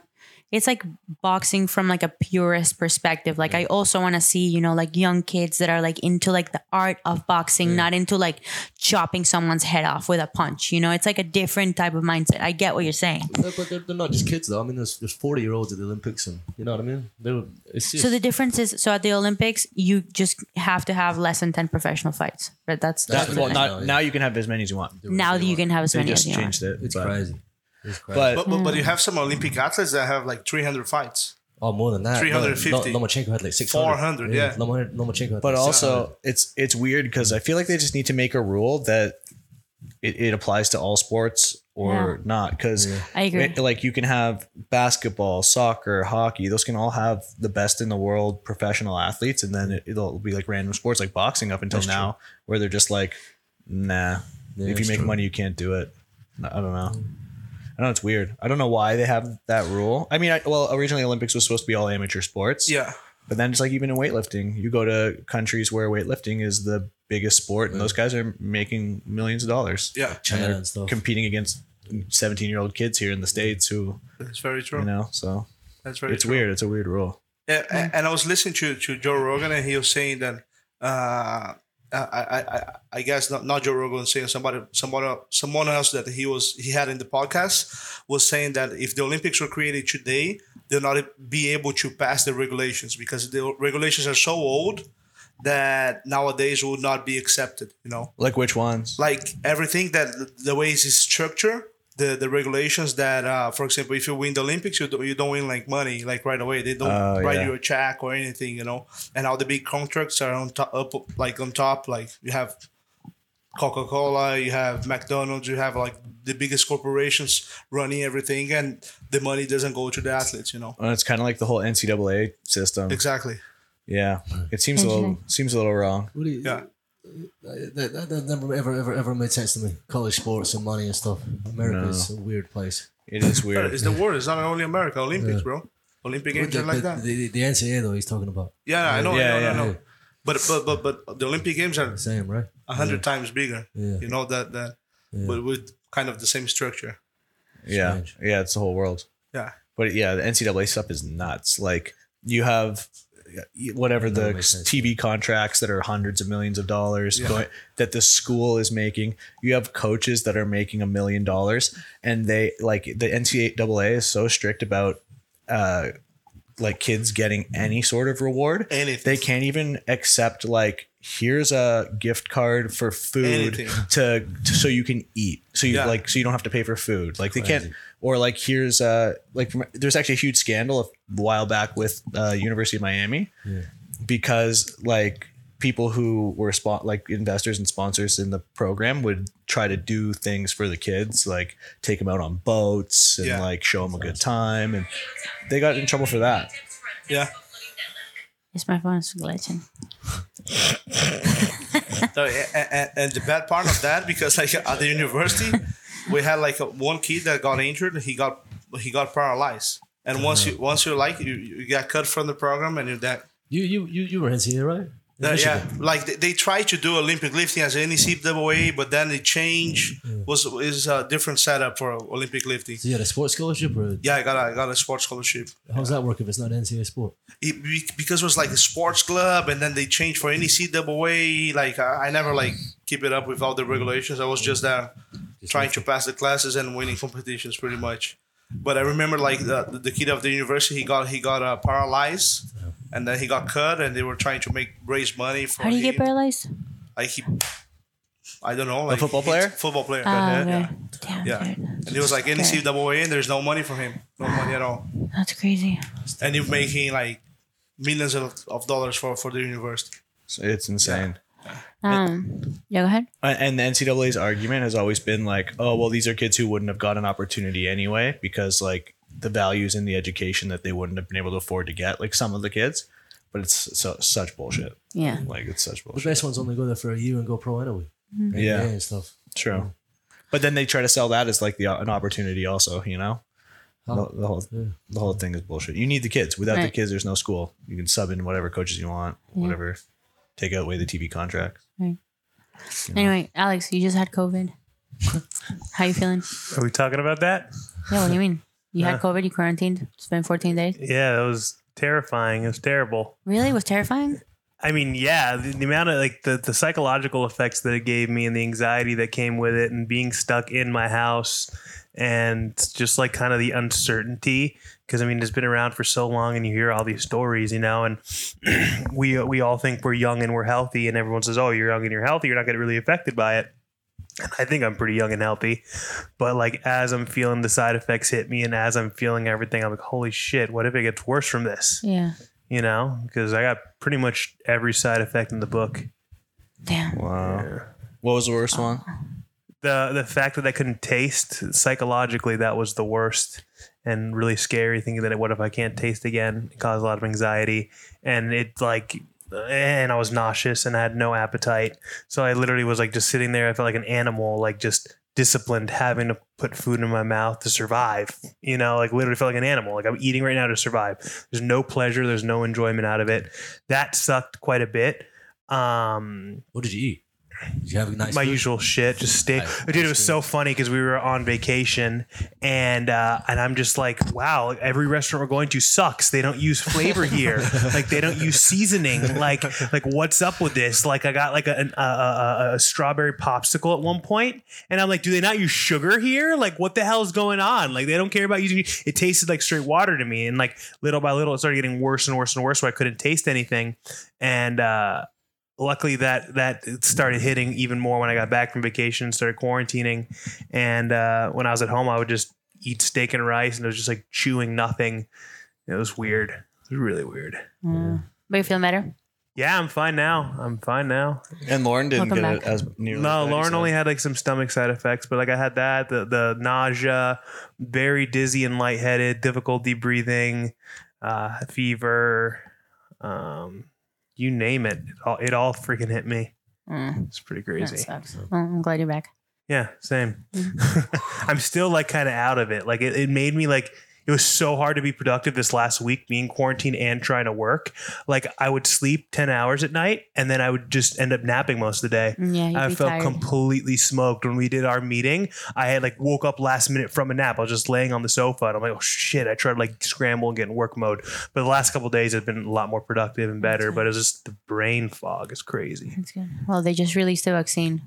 A: it's like boxing from like a purist perspective. Like I also want to see, you know, like young kids that are like into like the art of boxing, not into like chopping someone's head off with a punch. You know, it's like a different type of mindset. I get what you're saying.
F: Yeah, but they're, they're not just kids though. I mean, there's there's 40 year olds at the Olympics, and you know what I mean. They're, it's just,
A: So the difference is, so at the Olympics, you just have to have less than ten professional fights. But that's
B: That-
A: that's
F: That's
A: the
B: well,
A: thing.
F: nice.
B: not,
F: No, yeah.
B: now you can have as many as you want.
A: now that you can have as
B: They
A: many as
B: just
A: you want.
B: changed it.
F: it's
B: but-
F: crazy. It's crazy.
B: But
E: But, but but you have some Olympic athletes that have like 300 fights.
F: Oh, more than that.
E: 350.
F: No, no, Lomachenko had like 600.
E: 400, yeah.
F: Lomo- Lomachenko had
B: but
F: like
B: also it's it's weird because I feel like they just need to make a rule that it, it applies to all sports or not because
A: I agree.
B: like you can have basketball, soccer, hockey; those can all have the best in the world professional athletes, and then it, it'll be like random sports like boxing up until now, where they're just like, nah,
F: Yeah,
B: if you
F: that's
B: make
F: true. Mm.
B: money, you can't do it. I don't know. I know it's weird. I don't know why they have that rule. I mean, I, well, originally Olympics was supposed to be all amateur sports.
E: Yeah.
B: But then it's like even in weightlifting, you go to countries where weightlifting is the biggest sport, and those guys are making millions of dollars.
E: Yeah.
B: And
F: China
B: they're
F: and stuff.
B: competing against 17 year old kids here in the States who,
E: That's very true.
B: you know, so
E: That's very
B: it's
E: true.
B: weird. It's a weird rule.
E: Yeah, a- and I was listening to, to Joe Rogan, and he was saying that uh, I, I I I guess not, not Joe Rogan saying somebody someone someone else that he was he had in the podcast was saying that if the Olympics were created today, they'll not be able to pass the regulations because the regulations are so old that nowadays would not be accepted. You know,
B: Like which ones?
E: like everything that the way it's structured the the regulations that uh for example if you win the olympics you, do, you don't win like money like right away they don't
B: Oh,
E: write
B: yeah.
E: you a check or anything you know and all the big contracts are on top up like on top like you have coca-cola you have mcdonald's you have like the biggest corporations running everything and the money doesn't go to the athletes you know
B: Well, Uh, it's kind of like the whole NCAA system.
E: exactly
B: Yeah, it seems a little seems a little wrong.
F: What do you-
E: yeah
F: That, that, that never ever ever ever made sense to me. College sports and money and stuff. America is a weird place.
B: It is
E: it's
B: weird.
E: the world it's not only america olympics bro olympic games are
F: the,
E: like
F: the,
E: that
F: The, the NCAA though he's talking about.
E: yeah i know
B: Yeah,
E: i know, I
B: yeah.
E: know. But, but but but the olympic games are
F: Same, right?
E: a hundred times bigger.
F: Yeah.
E: You know that that, but with kind of the same structure.
B: Yeah,
F: strange.
B: yeah, it's the whole world.
E: Yeah,
B: But yeah, the NCAA stuff is nuts. Like you have whatever the
F: makes sense.
B: TV contracts that are hundreds of millions of dollars going, that the school is making. You have coaches that are making a million dollars, and they like the NCAA is so strict about uh, like kids getting any sort of reward.
E: Anything.
B: They can't even accept like here's a gift card for food
E: Anything.
B: *laughs* to, to so you can eat. So you
E: Yeah.
B: like so you don't have to pay for food. Like they can't or like here's uh like from, there's actually a huge scandal a while back with uh University of Miami because like people who were spot like investors and sponsors in the program would try to do things for the kids, like take them out on boats and
E: Yeah.
B: like show them a good time, and they got in trouble for that.
E: Yeah.
A: It's my phone is glitching.
E: So, and, and the bad part of that because like at the university, we had like a, one kid that got injured. He got he got paralyzed. And once
B: Uh-huh.
E: you once you like you, you got cut from the program and you that
F: You you you you were NCAA, right? In
E: that- yeah
F: Michigan.
E: like they, they tried to do Olympic lifting as NCAA, but then the change was is a different setup for Olympic lifting.
F: So you had a sports scholarship, or
E: Yeah, I got a, I got a sports scholarship.
F: how's that work if it's not NCAA sport?
E: it, be- because it was like a sports club and then they changed for NCAA. Like I, I never like keep it up with all the regulations. I was just there trying to pass the classes and winning competitions pretty much. But I remember like the, the kid of the university, he got he got uh, paralyzed and then he got cut and they were trying to make raise money for
A: How do you
E: him.
A: get paralyzed?
E: Like he, I don't know, like
B: football
E: he-
B: player?
E: football player.
A: Ah,
E: yeah.
A: okay. Damn,
E: Yeah.
A: dude.
E: And he was like NCAA and there's no money for him, no money at all.
A: That's crazy.
E: And you're making like millions of, of dollars for, for the university.
B: So it's insane.
A: Um, yeah, go ahead.
B: Uh, And the NCAA's argument has always been like, oh, well, these are kids who wouldn't have got an opportunity anyway because like the values in the education that they wouldn't have been able to afford to get, like some of the kids. But it's so, such bullshit.
A: Yeah.
B: Like it's such
F: The
B: bullshit.
F: best ones only go there for a year and go pro anyway. Right?
B: Yeah.
F: and stuff.
B: True. But then they try to sell that as like the uh, an opportunity also, you know?
F: Huh?
B: The, the whole
F: Yeah.
B: the whole thing is bullshit. You need the kids. Without the
A: Right.
B: kids, there's no school. You can sub in whatever coaches you want, whatever. Take away the TV contract.
A: Anyway, Alex, you just had COVID. How you feeling?
C: Are we talking about that?
A: Yeah, what do you mean? You had COVID, you quarantined, it's been 14 days.
C: Yeah, that was terrifying. It was terrible.
A: Really? It was terrifying?
C: I mean, yeah, the, the amount of like the, the psychological effects that it gave me and the anxiety that came with it and being stuck in my house and just like kind of the uncertainty because I mean it's been around for so long and you hear all these stories, you know, and *clears throat* we we all think we're young and we're healthy and everyone says, "Oh, you're young and you're healthy, you're not going to really affected by it." And I think I'm pretty young and healthy, but like as I'm feeling the side effects hit me and as I'm feeling everything, I'm like, "Holy shit, what if it gets worse from this?"
A: Yeah.
C: you know, because I got pretty much every side effect in the book.
A: Damn.
B: Wow. What was the worst one?
A: Uh,
C: The the fact that I couldn't taste psychologically that was the worst and really scary thinking that what if I can't taste again? It caused a lot of anxiety and it like and I was nauseous and I had no appetite. So I literally was like just sitting there. I felt like an animal, like just disciplined, having to put food in my mouth to survive. You know, like literally felt like an animal. Like I'm eating right now to survive. There's no pleasure. There's no enjoyment out of it. That sucked quite a bit. Um,
F: What did you eat? Did you have a nice?
C: my
F: food?
C: usual shit. Just stay,
F: Nice.
C: dude. It was so funny because we were on vacation, and uh, and I'm just like, wow, like, every restaurant we're going to sucks. They don't use
F: *laughs*
C: flavor here. like they don't use seasoning. Like like what's up with this? Like I got like a, an- a, a, a- a strawberry popsicle at one point, and I'm like, do they not use sugar here? Like what the hell is going on? Like they don't care about using. It tasted like straight water to me, and like little by little, it started getting worse and worse and worse. So I couldn't taste anything, and. uh luckily that that started hitting even more when I got back from vacation and started quarantining. And uh, when I was at home, I would just eat steak and rice, and it was just like chewing nothing. It was weird. It was really weird.
A: Mm. But you feel better?
C: Yeah, I'm fine now. I'm fine now.
B: And Lauren didn't
A: Welcome
B: get
A: back.
B: it as nearly.
C: No,
B: bad, he
C: Lauren
B: said.
C: only had like some stomach side effects, but like I had that the the nausea, very dizzy and lightheaded, difficulty breathing, uh, fever, um, you name it. It all, it all freaking hit me.
A: Mm.
C: It's pretty
A: That
C: crazy.
A: sucks. Well, I'm glad you're back.
C: Yeah, same.
A: Mm-hmm.
C: *laughs* I'm still like kind of out of it. Like it, it made me like it was so hard to be productive this last week being quarantined and trying to work. Like I would sleep 10 hours at night and then I would just end up napping most of the day.
A: Mm, Yeah, you'd
C: I
A: be
C: felt
A: tired.
C: completely smoked when we did our meeting. I had like woke up last minute from a nap. I was just laying on the sofa and I'm like, oh shit. I tried to like scramble and get in work mode. But the last couple of days have been a lot more productive and better. But it's just the brain fog is crazy.
A: That's good. Well, they just released the vaccine.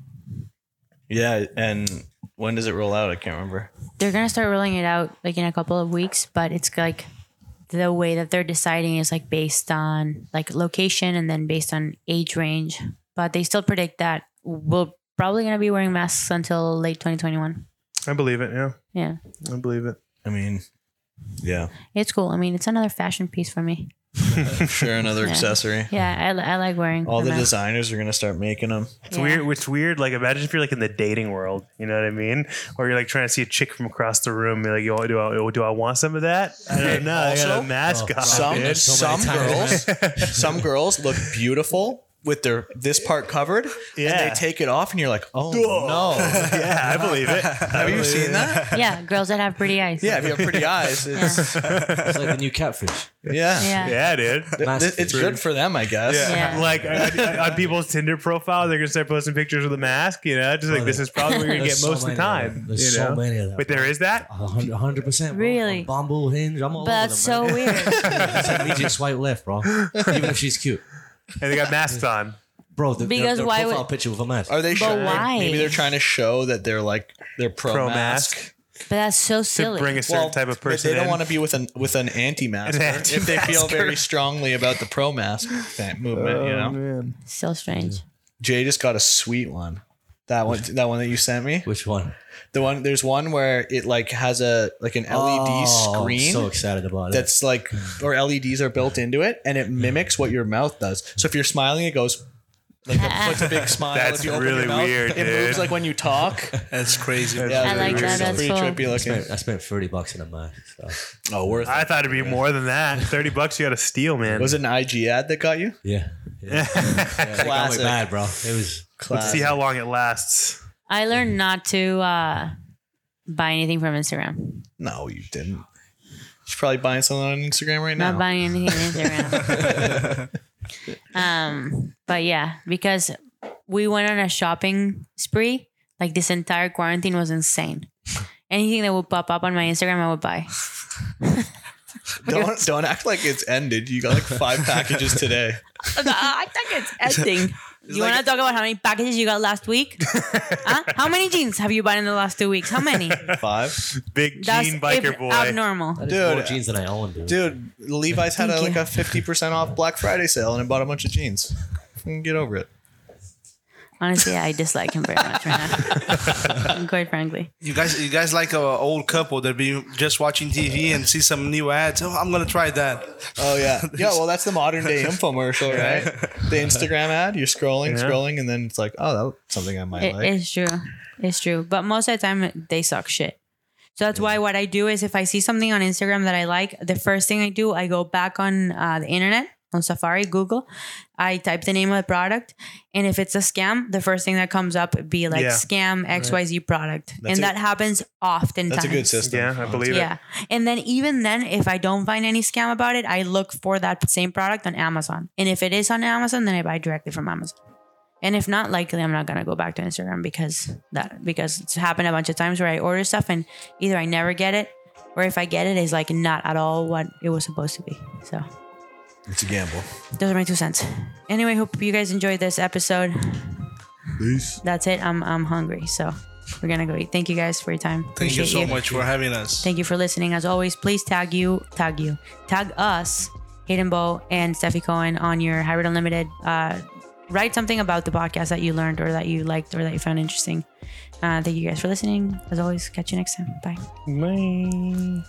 B: Yeah, and when does it roll out? I can't remember.
A: They're gonna start rolling it out like in a couple of weeks, but it's like the way that they're deciding is like based on like location and then based on age range. But they still predict that we're probably gonna be wearing masks until late 2021.
C: I believe it. Yeah.
A: Yeah,
C: I believe it.
B: I mean, yeah.
A: it's cool. I mean, it's another fashion piece for me.
B: *laughs* Sure, another accessory.
A: Yeah, I, I like wearing
B: All the
A: them out.
B: designers are gonna start making them.
C: It's
A: Yeah.
C: weird. It's weird. Like imagine if you're like in the dating world, you know what I mean? Or you're like trying to see a chick from across the room. You're like, yo, do I do I want some of that? I don't know. I
B: also,
C: got a mask on.
B: Some
C: dude.
B: some girls
C: *laughs*
B: some girls look beautiful with their this part covered. And
C: Yeah.
B: they take it off and you're like, oh no.
C: *laughs* yeah, I believe
A: *laughs*
C: it.
B: Have you seen that?
C: *laughs*
A: Yeah, girls that have pretty eyes.
B: Yeah, if you have pretty eyes, it's
F: It's
E: *laughs*
F: like the new catfish.
B: yeah.
A: Yeah.
C: Yeah, dude.
B: Th- th- it's good for them, I guess.
E: Yeah.
A: Yeah.
C: Like on- on- on people's Tinder profile, they're gonna start posting pictures with a mask. You know, just like this is probably what you're gonna get
F: There's so
C: most of the
F: many of them.
C: time.
F: There's
C: you
F: so
C: know?
F: many of them.
C: But there is that.
F: A hundred- a hundred percent. bro.
A: Really?
F: On Bumble, Hinge, I'm all
A: But
F: over
A: that's so
F: them.
A: weird.
F: so
A: *laughs*
F: immediate swipe left, bro. Even if she's cute,
C: and they got masks on.
F: bro. The,
A: Because
F: because their
A: why
F: profile
A: would-
F: picture with a mask.
B: Are they sure?
A: why?
B: Maybe they're trying to show that they're like they're pro,
C: Pro
B: mask.
C: mask
A: But that's so
C: to
A: silly.
C: bring a certain type of
B: but
C: person.
B: they don't
C: in.
B: want to be with an with an anti-masker,
C: *laughs* An
B: if they feel
C: anti-masker.
B: very strongly about the pro mask that movement. you know,
A: so strange.
B: Jay just got a sweet one. That one, that one that you sent me.
F: Which one?
B: The one there's one where it like has a like an LED
F: Oh,
B: screen.
F: I'm so excited about it.
B: that's like, or LEDs are built into it, and it mimics what your mouth does. So if you're smiling, it goes like a, puts a big smile.
C: That's
B: if you open
C: really
B: your mouth,
C: weird,
B: It moves
C: dude.
B: like when you
C: *laughs*
B: talk.
E: That's crazy.
B: Yeah,
A: I like that, that's
B: pretty
A: cool.
B: trippy
F: I
B: looking.
F: spent, I spent thirty bucks on a mask. So.
B: Oh, worth.
C: I thought it'd be more than that. Thirty bucks, you got to steal, man.
B: Was it an IG ad that got you?
F: Yeah. yeah.
B: Classic.
F: Classic. Bad, bro. It was.
C: Let's see how long it lasts.
A: I learned not to uh, buy anything from Instagram.
B: No, you didn't. She's probably buying something on Instagram right now.
A: Not buying anything on Instagram. um, but yeah, because we went on a shopping spree. Like this entire quarantine was insane. Anything that would pop up on my Instagram, I would buy.
B: don't don't act like it's ended. You got
A: *laughs*
B: like five packages today.
A: uh, I think it's ending. You
B: like-
A: want to talk about how many packages you got last week? huh? How many jeans have you bought in the last two weeks? How many?
B: Five,
C: Big
A: That's
C: Gene biker
A: ab-
C: boy.
A: abnormal.
F: That is
B: Dude.
F: more jeans than I own, dude.
B: dude. Levi's had a, like a fifty percent off Black Friday sale, and I bought a bunch of jeans. Fucking Get over it.
A: Honestly, I dislike him very much right now. Quite frankly.
E: You guys, you guys like an old couple that be just watching TV and see some new ads. Oh, I'm gonna try that.
B: Oh yeah, *laughs* yeah. Well, that's the modern day infomercial, *laughs* right? The Instagram ad. You're scrolling,
C: Yeah.
B: scrolling, and then it's like, oh, that's something I might
A: It-
B: like.
A: it's true. It's true. But most of the time, they suck shit. So that's why what I do is if I see something on Instagram that I like, the first thing I do, I go back on uh, the internet, on Safari, Google. I type the name of the product. And if it's a scam, the first thing that comes up be like
C: Yeah.
A: scam XYZ product. and
B: That's a-
A: that happens often.
B: that's a good system.
C: yeah, I believe it.
A: Yeah. And then even then, if I don't find any scam about it, I look for that same product on Amazon. And if it is on Amazon, then I buy directly from Amazon. And if not, likely I'm not gonna go back to Instagram because that because it's happened a bunch of times where I order stuff and either I never get it or if I get it, it's like not at all what it was supposed to be. So
B: It's a gamble.
A: those are my two cents. Anyway, hope you guys enjoyed this episode. That's it. I'm I'm hungry, so we're gonna go eat. Thank you guys for your time.
E: Thank you
A: Appreciate
E: so much for having us.
A: Thank you for listening. As always, please tag you, tag you, tag us, Hayden Bow and Steffi Cohen on your Hybrid Unlimited. Uh, write something about the podcast that you learned or that you liked or that you found interesting. Uh, thank you guys for listening. As always, catch you next time. Bye.